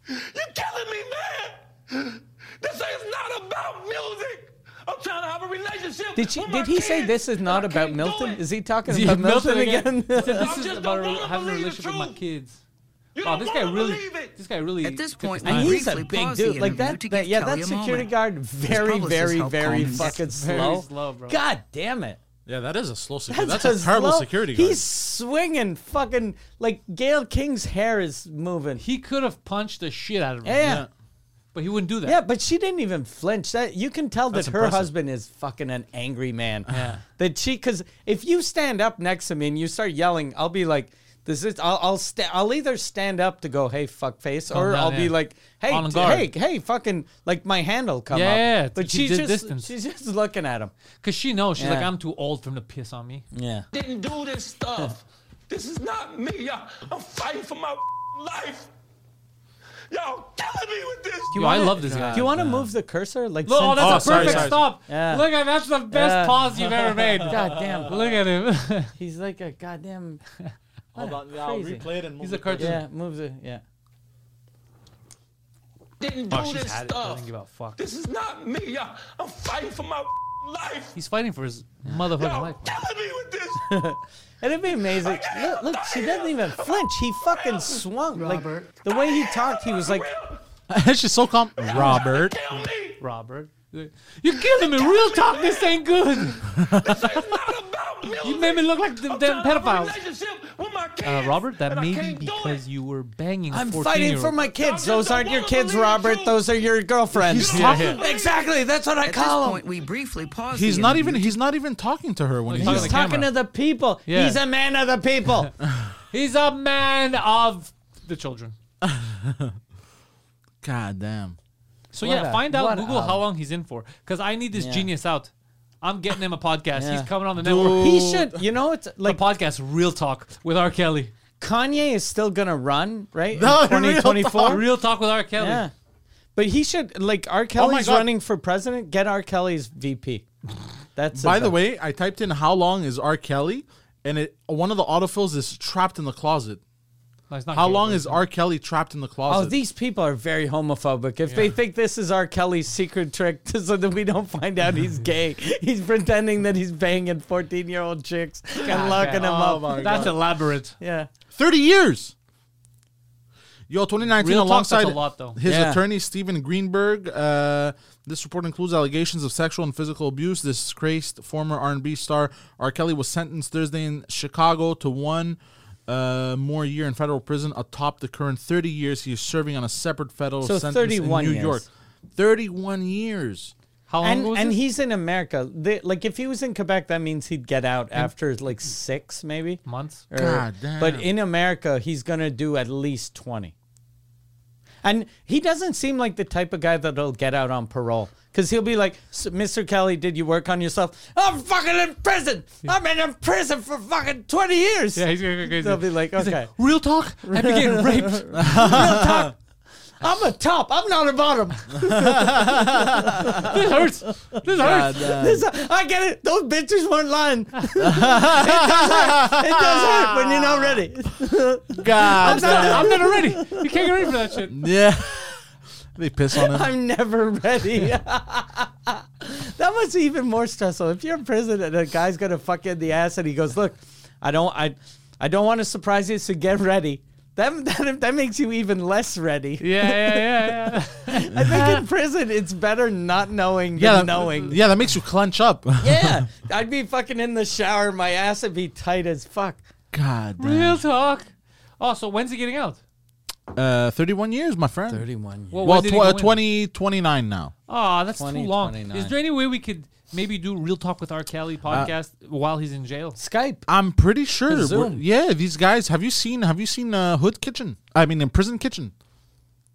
You're killing me, man. This is not about music. I'm trying to have a relationship.
did she?
with my
Did he say
kids,
this is
and
not
I
about
can't
Milton?
do it.
Is he talking
See,
about
Milton
Milton
again.
again?
This is
just
about
don't wanna
having a
believe the
relationship with my
truth.
kids.
Oh,
You
Wow,
don't
this guy
wanna
really,
believe it.
this guy really.
At this
took his
point,
time.
and he's a
briefly
big
pause the
dude. Like
interview
that,
to
that
give
yeah,
Kelly
that
a
security
moment.
guard very,
publicist helped
very, very
calm him down.
fucking
Very
slow.
slow, bro.
God damn it.
Yeah, that is a slow security. That's,
a
a terrible
slow-
security guard.
He's swinging fucking like Gail King's hair is moving.
He could have punched the shit out of him,
Yeah.
but he wouldn't do that.
Yeah, but she didn't even flinch. That you can tell
That's
that her
impressive.
husband is fucking an angry man.
Yeah.
That she, because if you stand up next to me and you start yelling, I'll be like, "This is." I'll I'll, sta- I'll either stand up to go, "Hey, fuck face," or
down,
I'll be
yeah.
like, "Hey,
On
t-
guard.
hey, hey, fucking!" Like my hand will come up.
Yeah, to
but
keep
she's
the
just
distance.
she's just looking at him.
Cause she knows she's like,
Yeah.
I'm too old for him to piss on me.
Yeah.
Didn't do this stuff. this is not me. I, I'm fighting for my life. Y'all killing me with this.
Yo, I love this guy.
Do you want to move the cursor? Like,
Look, oh,
since-
that's
Oh,
a
sorry,
perfect
sorry.
stop.
Yeah.
Look at that's the best
Yeah.
pause you've ever made.
God damn.
Look at him.
He's like a goddamn. Hold on, crazy.
it and
He's a cartoon.
Yeah, move the yeah.
Didn't do
Oh, she's
this
had it. I
stuff.
think about fuck.
This is not me. I, I'm fighting for my life.
He's fighting for his motherfucking
Y'all
life.
killing me with this.
It'd be amazing. Look, look, she doesn't even flinch. He fucking swung. Like the way he talked, he was like,
She's so calm. Robert.
Kill me.
Robert, you're killing me. Real talk, this ain't good.
This is not about music.
You made me look like them,
I'm
them
trying to have a
pedophiles.
relationship with my
Uh,
kids,
Robert, that
and I
may be
can't do it.
because you were banging. a
"I'm fighting for
14-year-old.
my kids.
just
Those
don't
aren't your
wanna
kids,
believe the
Robert.
truth.
Those are your girlfriends."
He's Yeah, talking-
Exactly. That's what I
At this
call
point,
him.
we briefly pause.
He's
the
not
interview
even. He's not even talking to her when
He's
he's.
talking the
He's talking
camera.
to the people.
Yeah.
He's a man of the people.
He's a man of the children.
God damn.
So
What
yeah,
a-
find out
what
Google
a-
how long he's in for. Cause I need this
Yeah.
genius out. I'm getting him a podcast.
Yeah.
He's coming on the network.
he should. You know, it's
The
like
podcast, real talk with R. Kelly.
Kanye is still gonna run, right? in
No, real
2024.
Real talk with R. Kelly.
Yeah. But he should like R. Kelly's
Oh God.
running for president. Get R. Kelly's VP. That's
By
about-
the way, I typed in how long is R. Kelly, and it one of the autofills is trapped in the closet.
No, it's not
How
gay,
long
bro.
is R. Kelly trapped in the
Oh,
closet?
these people are very homophobic. If they think this is R. Kelly's secret trick to, so that we don't find out he's gay, he's pretending that he's banging 14 year old chicks and locking them
Oh
up.
my God.
That's elaborate.
Yeah.
Thirty years. Yo, 2019
Real talk, that's a
alongside
lot, though.
his
Yeah.
attorney Steven Greenberg. Uh, this report includes allegations of sexual and physical abuse. This disgraced former R&B star R. Kelly was sentenced Thursday in Chicago to one uh, more year in federal prison, atop the current 30 years he is serving on a separate federal
So
sentence
31
in New
years.
York. 31 years.
How long
And,
ago was
and
this?
he's in America. They, like, if he was in Quebec, that means he'd get out after like six, maybe.
months?
Or-
God damn.
But in America, he's going to do at least 20. And he doesn't seem like the type of guy that'll get out on parole. Because he'll be like, "S- Mr. Kelly, did you work on yourself? I'm fucking in prison. I've been in prison for fucking 20 years.
Yeah, he's gonna go crazy.
They'll be like, okay.
Real talk.
I began raped.
Real talk. I'm a top. I'm not a bottom.
This hurts. This hurts.
This- I get it. Those bitches weren't lying. it, does hurt. it does hurt when you're not ready.
I'm not, I'm not ready. You can't get ready for that shit.
yeah. they piss on him.
I'm never ready. that was even more stressful. If you're in prison and a guy's gonna fuck you in the ass and he goes, "Look, I don't, I, I don't want to surprise you, so get ready." That, that, that makes you even less ready.
Yeah, yeah, yeah, yeah.
I think in prison it's better not knowing
yeah,
than
that,
knowing.
yeah, that makes you clench up.
Yeah, I'd be fucking in the shower. My ass would be tight as fuck.
God damn.
Real talk. Oh, so when's he getting out?
Uh, 31 years, my friend.
Thirty-one.
Well,
Well,
when did he
tw-
go
uh,
in?
20, 29 now.
Oh, that's
20,
too long.
29.
Is there any way we could maybe do real talk with R. Kelly podcast while he's in jail?
Skype.
I'm pretty sure.
Zoom.
we're- Yeah, these guys. Have you seen? Have you seen uh, Hood Kitchen? I mean, in prison kitchen.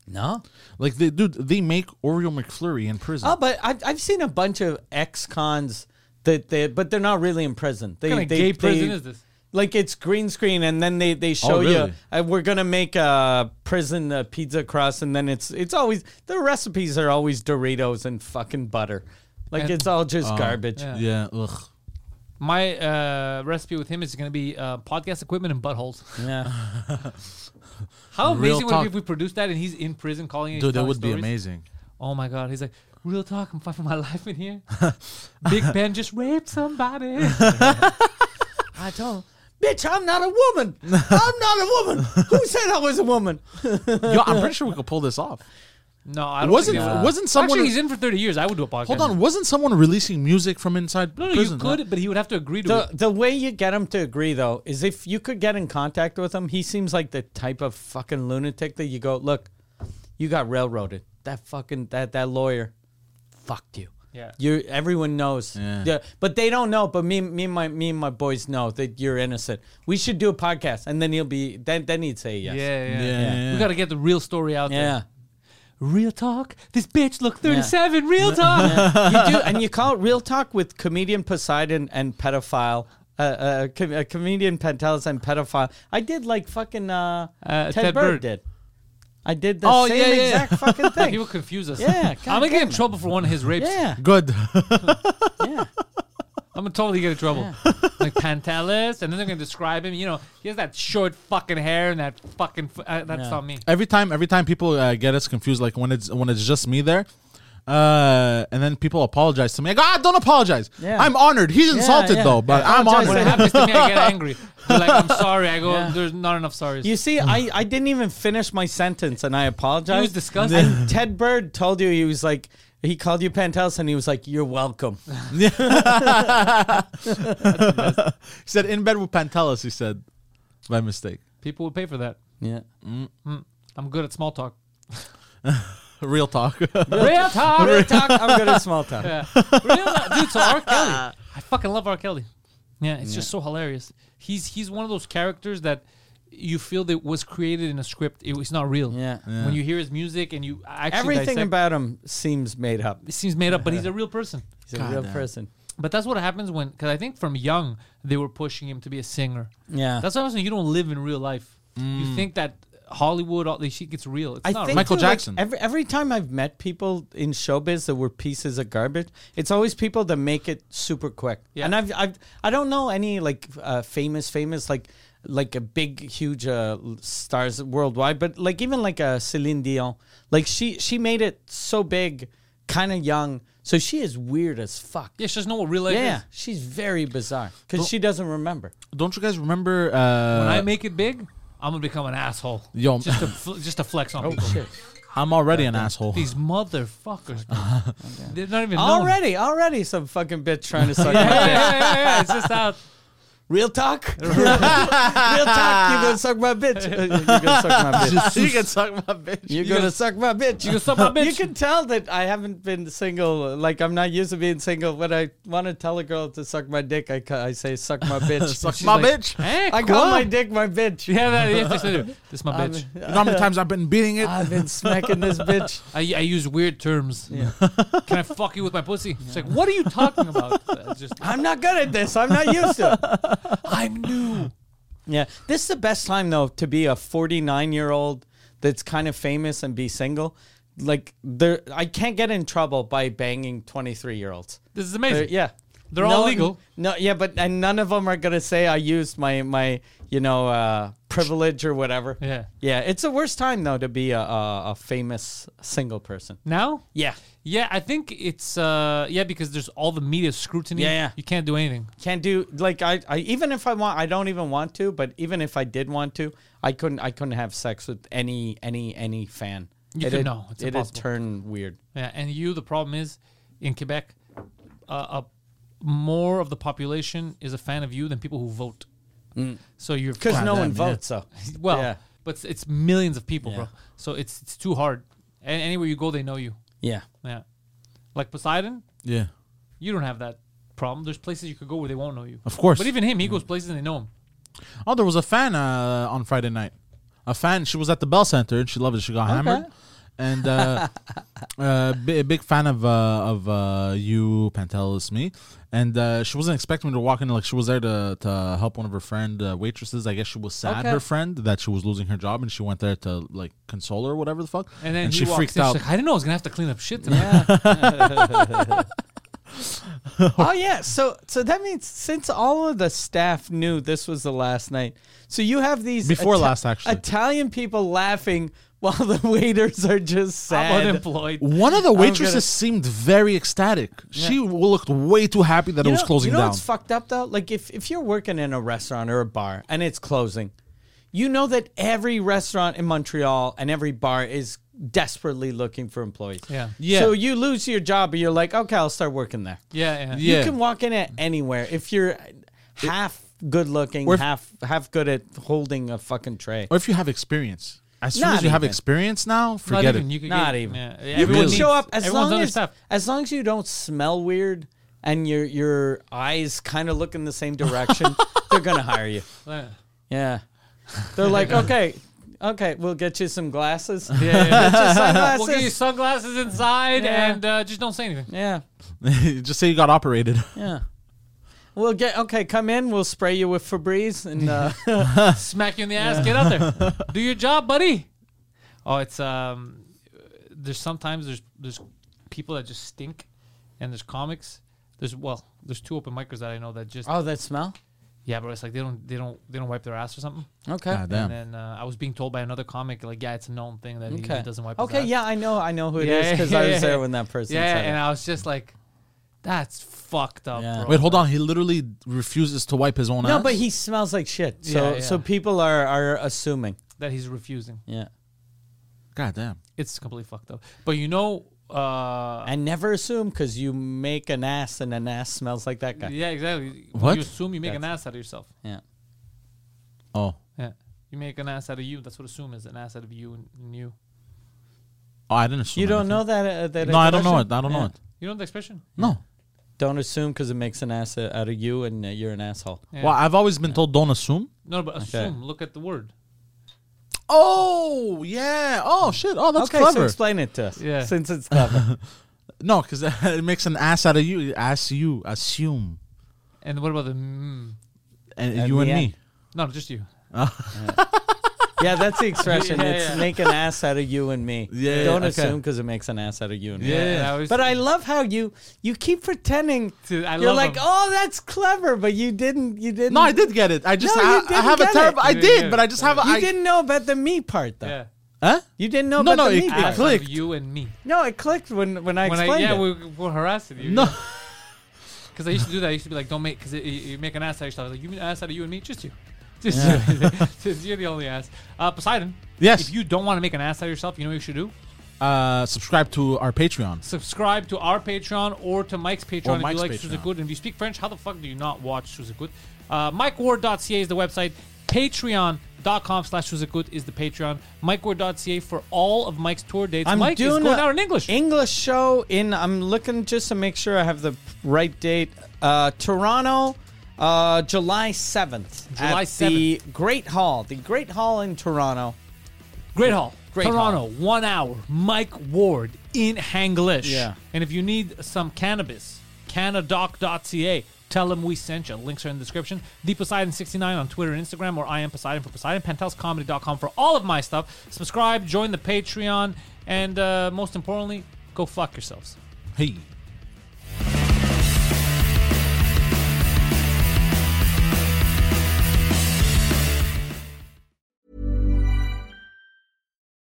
No.
Like they dude, they make Oreo McFlurry in prison.
Oh, but I've, I've seen a bunch of ex-cons that they, but they're not really in prison. They,
What kind of
they,
gay
they-
prison is this?
Like it's green screen, and then they they show
really?
you uh, we're gonna make a prison uh pizza crust, and then it's it's always the recipes are always Doritos and fucking butter, like
And-
it's all just garbage.
yeah.
yeah. Ugh.
My uh, recipe with him is going to be uh, podcast equipment and buttholes.
Yeah.
How
Real
amazing would it
talk.
be if we produced that and he's in prison calling it?
Dude, that would be amazing.
Oh my god, he's like, real talk, I'm fighting my life in here. Big Ben just raped somebody.
I don't. Bitch, I'm not a woman. I'm not a woman. Who said I was a woman?
Yo, I'm pretty sure we could pull this off.
No, I don't.
Wasn't
think they would.
wasn't someone?
Actually, he's in for 30 years. I would do a podcast.
hold on, wasn't someone releasing music from inside
No, no,
prison?
you could, but he would have to agree to
Uh, The
it.
the way you get him to agree though is if you could get in contact with him. He seems like the type of fucking lunatic that you go, look, you got railroaded. That fucking that that lawyer, fucked you.
Yeah.
you everyone knows.
Yeah.
but they don't know. But me, me, and my me and my boys know that you're innocent. We should do a podcast, and then he'll be then then he'd say yes.
Yeah, yeah,
Yeah, yeah,
We
yeah.
got to get the real story out
yeah.
there. Real talk. This bitch look 37. Real talk.
you do, and you call it real talk with comedian Poseidon and pedophile. Uh, uh, com- uh, comedian Pantelis and pedophile. I did like fucking uh,
Uh,
Ted,
Ted
Bird,
Bird.
did. I did the
Oh,
same
yeah, yeah.
exact fucking
People
thing.
confuse us.
Yeah,
I'm gonna get in
goddamn.
trouble for one of his rapes.
yeah,
Good.
yeah.
I'm gonna totally get in trouble. Like Pantelis, and then they're gonna describe him. You know, he has that short fucking hair and that fucking. F- uh, that's
Yeah.
not me.
every time, every time people uh, get us confused, like when it's when it's just me there. Uh, and then people apologize to me. I go, ah, don't apologize.
Yeah.
I'm honored. He's insulted
yeah.
though, but
Yeah.
I'm
Apologize.
When it
honored.
happens to me, I get angry. They're like, I'm sorry. I go,
Yeah.
there's not enough sorries.
You see, I, I didn't even finish my sentence, and I apologized.
He was disgusted.
And Ted Bird told you he was like he called you Pantelis, and he was like, "You're welcome."
He said in bed with Pantelis. He said, by mistake.
People would pay for that. Mm,
Yeah.
I'm good at small talk.
Real talk.
Real talk.
Real talk. I'm good at small talk.
Yeah. Real talk. Dude, so R. Kelly. I fucking love R. Kelly. Yeah, it's just so hilarious. He's he's one of those characters that you feel that was created in a script. It was not real.
Yeah. Yeah.
When you hear his music and you actually
Everything
dissect-
about him seems made up.
it seems made up, but he's a real person.
He's a real person.
But that's what happens when, because I think from young they were pushing him to be a singer.
Yeah. Mm.
That's what I'm saying. You don't live in real life. You think that Hollywood, all this shit gets real. It's not
Michael
too, like,
Jackson.
every every time I've met people in showbiz that were pieces of garbage, it's always people that make it super quick.
Yeah.
And I've I've I don't know any like uh, famous famous like like a big huge uh, l- stars worldwide, but like even like a Celine Dion, like she she made it so big, kind of young. So she is weird as fuck.
Yeah, she doesn't know what real life
Yeah,
is.
she's very bizarre because she doesn't remember.
Don't you guys remember? Uh,
When I make it big, I'm gonna become an asshole.
Yo. Oh.
just to fl- just to flex on people.
Shit.
I'm already an asshole.
These motherfuckers. dude. They're not even known.
Already, already, some fucking bitch trying to suck. my
Yeah,
dick.
yeah, yeah, yeah, It's just out.
Real talk? Real talk, you gonna suck my bitch. Uh, You gonna suck my bitch.
you can suck my bitch.
You're gonna, suck my bitch. You
gonna suck my
You
bitch.
can tell that I haven't been single. Like I'm not used to being single. When I want to tell a girl to suck my dick, I, ca- I say suck my bitch.
suck
She's
my
like,
bitch.
Eh,
I
cool.
call my dick my bitch.
Yeah, that, yeah, that's what I do. This is my
I'm-
bitch.
You know how many times I've been beating it?
I've been smacking this bitch.
I, I use weird terms. Can I fuck you with my pussy? It's like, what are you talking about? It's just,
I'm not good at this. I'm not used to. it.
I'm new.
Yeah, this is the best time though to be a 49 year old that's kind of famous and be single. Like there, I can't get in trouble by banging 23 year olds.
This is amazing.
They're- Uh, yeah,
They're all
No-
legal.
No, yeah, but and none of them are gonna say I used my my you know uh, privilege or whatever.
Yeah.
yeah. It's the worst time though to be a, a, a famous single person.
Now?
Yeah,
Yeah, I think it's, uh, yeah, because there's all the media scrutiny.
Yeah, yeah.
You can't do anything.
can't do like I, I even if I want I don't even want to, but even if I did want to, I couldn't I couldn't have sex with any any any fan.
You
it'd,
could- no, it's
it'd
impossible.
turn weird.
Yeah, and you, the problem is in Quebec, uh, uh, more of the population is a fan of you than people who vote. So you're
Because no one
yeah.
votes so
Well,
Mm. yeah.
but it's, it's millions of people, bro.
Yeah.
So it's it's too hard. And anywhere you go, they know you.
Yeah.
Yeah. Like Poseidon,
Yeah.
you don't have that problem. There's places you could go where they won't know you.
Of course.
But even him, he goes places and they know him.
Oh, there was a fan uh, on Friday night. A fan. She was at the Bell Center and she loved it. She got hammered. And uh, uh, bi- big fan of uh, of uh, you, Pantelis, me. And uh, she wasn't expecting me to walk in. Like she was there to, to help one of her friend uh, waitresses. I guess she was sad
Okay.
her friend that she was losing her job, and she went there to like console her, or whatever the fuck.
And then he
she
walks
freaked
in, she's
out.
like, I didn't know I was gonna have to clean up shit tonight.
oh yeah. So so that means since all of the staff knew this was the last night, so you have these
Before last, actually.
Italian people laughing while the waiters are just
I'm
sad.
unemployed.
One of the
gonna-
waitresses seemed very ecstatic. She looked way too happy that it was
know-
closing
you know
down.
What's fucked up though? Like if if you're working in a restaurant or a bar and it's closing, you know that every restaurant in Montreal and every bar is desperately looking for employees.
Yeah.
Yeah.
So you lose your job, but you're like, okay, I'll start working there.
Yeah, yeah.
Yeah.
You can walk in at anywhere if you're half good looking,
Or if-
half half good at holding a fucking tray.
or if you have experience. As soon
Not
as you have
even.
experience now,
Not
forget
even.
it.
You could
Not
get-
even.
Yeah.
You
Everyone
can
needs-
show up as
everyone's
long as
understaffed.
as long as you don't smell weird and your your eyes kind of look in the same direction, they're gonna hire you.
Yeah.
Yeah. They're like, okay, okay, we'll get you some glasses. Yeah.
Yeah, yeah.
Sunglasses.
we'll get you sunglasses inside
Yeah.
and uh, just don't say anything.
yeah.
Just say you got operated.
Yeah. We'll get okay. Come in. We'll spray you with Febreze, and uh,
Smack you in the ass. Get out there. Do your job, buddy. Oh, it's um. There's sometimes there's there's people that just stink, and there's comics. There's well, there's two open micers that I know that just
oh, that smell.
yeah, bro. It's like they don't they don't they don't wipe their ass or something.
Okay.
God damn.
And then uh, I was being told by another comic like yeah, it's a known thing that he- he,
okay.
doesn't wipe. his
Okay.
ass.
Yeah, I know. I know who it is 'cause because I was there when that person.
Yeah,
said
and
it.
I was just like, that's fucked up,
Yeah.
bro.
Wait, hold on. He literally refuses to wipe his own ass.
no, but he smells like shit. So
Yeah, yeah.
so people are are assuming.
That he's refusing.
Yeah.
God damn.
It's completely fucked up. But you know, uh,
And never assume because you make an ass and an ass smells like that guy.
Yeah, exactly.
What?
You assume you make an ass out of yourself.
Yeah.
Oh.
Yeah. You make an ass out of you. That's what assume is an ass out of you and, and you.
Oh, I didn't assume.
You don't
anything.
know that. Uh, that
No, I don't know it.
expression?
I don't know
Yeah.
it.
You know the expression?
No.
Don't assume because it makes an ass out of you, and uh, you're an asshole.
Yeah.
Well, I've always been told don't assume.
No, but assume. Look at the word.
Oh, yeah. Oh, shit. Oh, that's
Mm. okay, so
clever.
explain it to us.
Yeah.
Since it's clever.
no, because it makes an ass out of you. Ass you. Assume.
And what about the mm?
And,
And
you and
the
me.
No, just you.
yeah, that's the expression.
Yeah,
it's
yeah.
make an ass out of you and me.
Yeah,
Don't
okay.
assume because it makes an ass out of you and me.
And I always-
But I love how you you keep pretending
Dude, I
you're
love
like,
him.
oh, that's clever, but you didn't. You didn't.
No, I did get it. I just
No,
I,
you
I
didn't
have a
get
terrible.
it.
I
You
did,
did.
but I just have a.
You
I,
didn't know about the me part though.
Yeah.
Huh?
You didn't know
No,
about
no,
the
it-
me
it
part.
Out of
clicked.
You and me.
no, it clicked when when I
When I,
explained
yeah,
it.
we, we're harassing you.
No.
Because I used to do that. I used to be like, don't make, because you make an ass out of yourself. I was like, you make an ass out of you and me? Just you. Just you. Just you're the only ass. Uh, Poseidon.
Yes.
If you don't want to make an ass out of yourself, you know what you should do?
uh, subscribe to our Patreon.
subscribe to our Patreon or to Mike's Patreon if
Mike's
you like
Patreon.
Suzukud. And if you speak French, how the fuck do you not watch Suzukud? Uh, MikeWard.ca is the website. Patreon.com slash Suzukud is the Patreon. MikeWard.ca for all of Mike's tour dates.
I'm
Mike is
doing
going
a
out in English.
English show in. I'm looking just to make sure I have the right date. Uh, Toronto, uh, July seventh.
July
at The Great Hall. The Great Hall in Toronto.
Great Hall.
Great
Toronto,
Hall.
one hour. Mike Ward in Hanglish.
Yeah.
And if you need some cannabis, canadoc.ca. Tell them we sent you. Links are in the description. The Poseidon69 on Twitter and Instagram, or I am Poseidon for Poseidon. PantelsComedy.com for all of my stuff. Subscribe, join the Patreon, and uh, most importantly, go fuck yourselves.
Hey.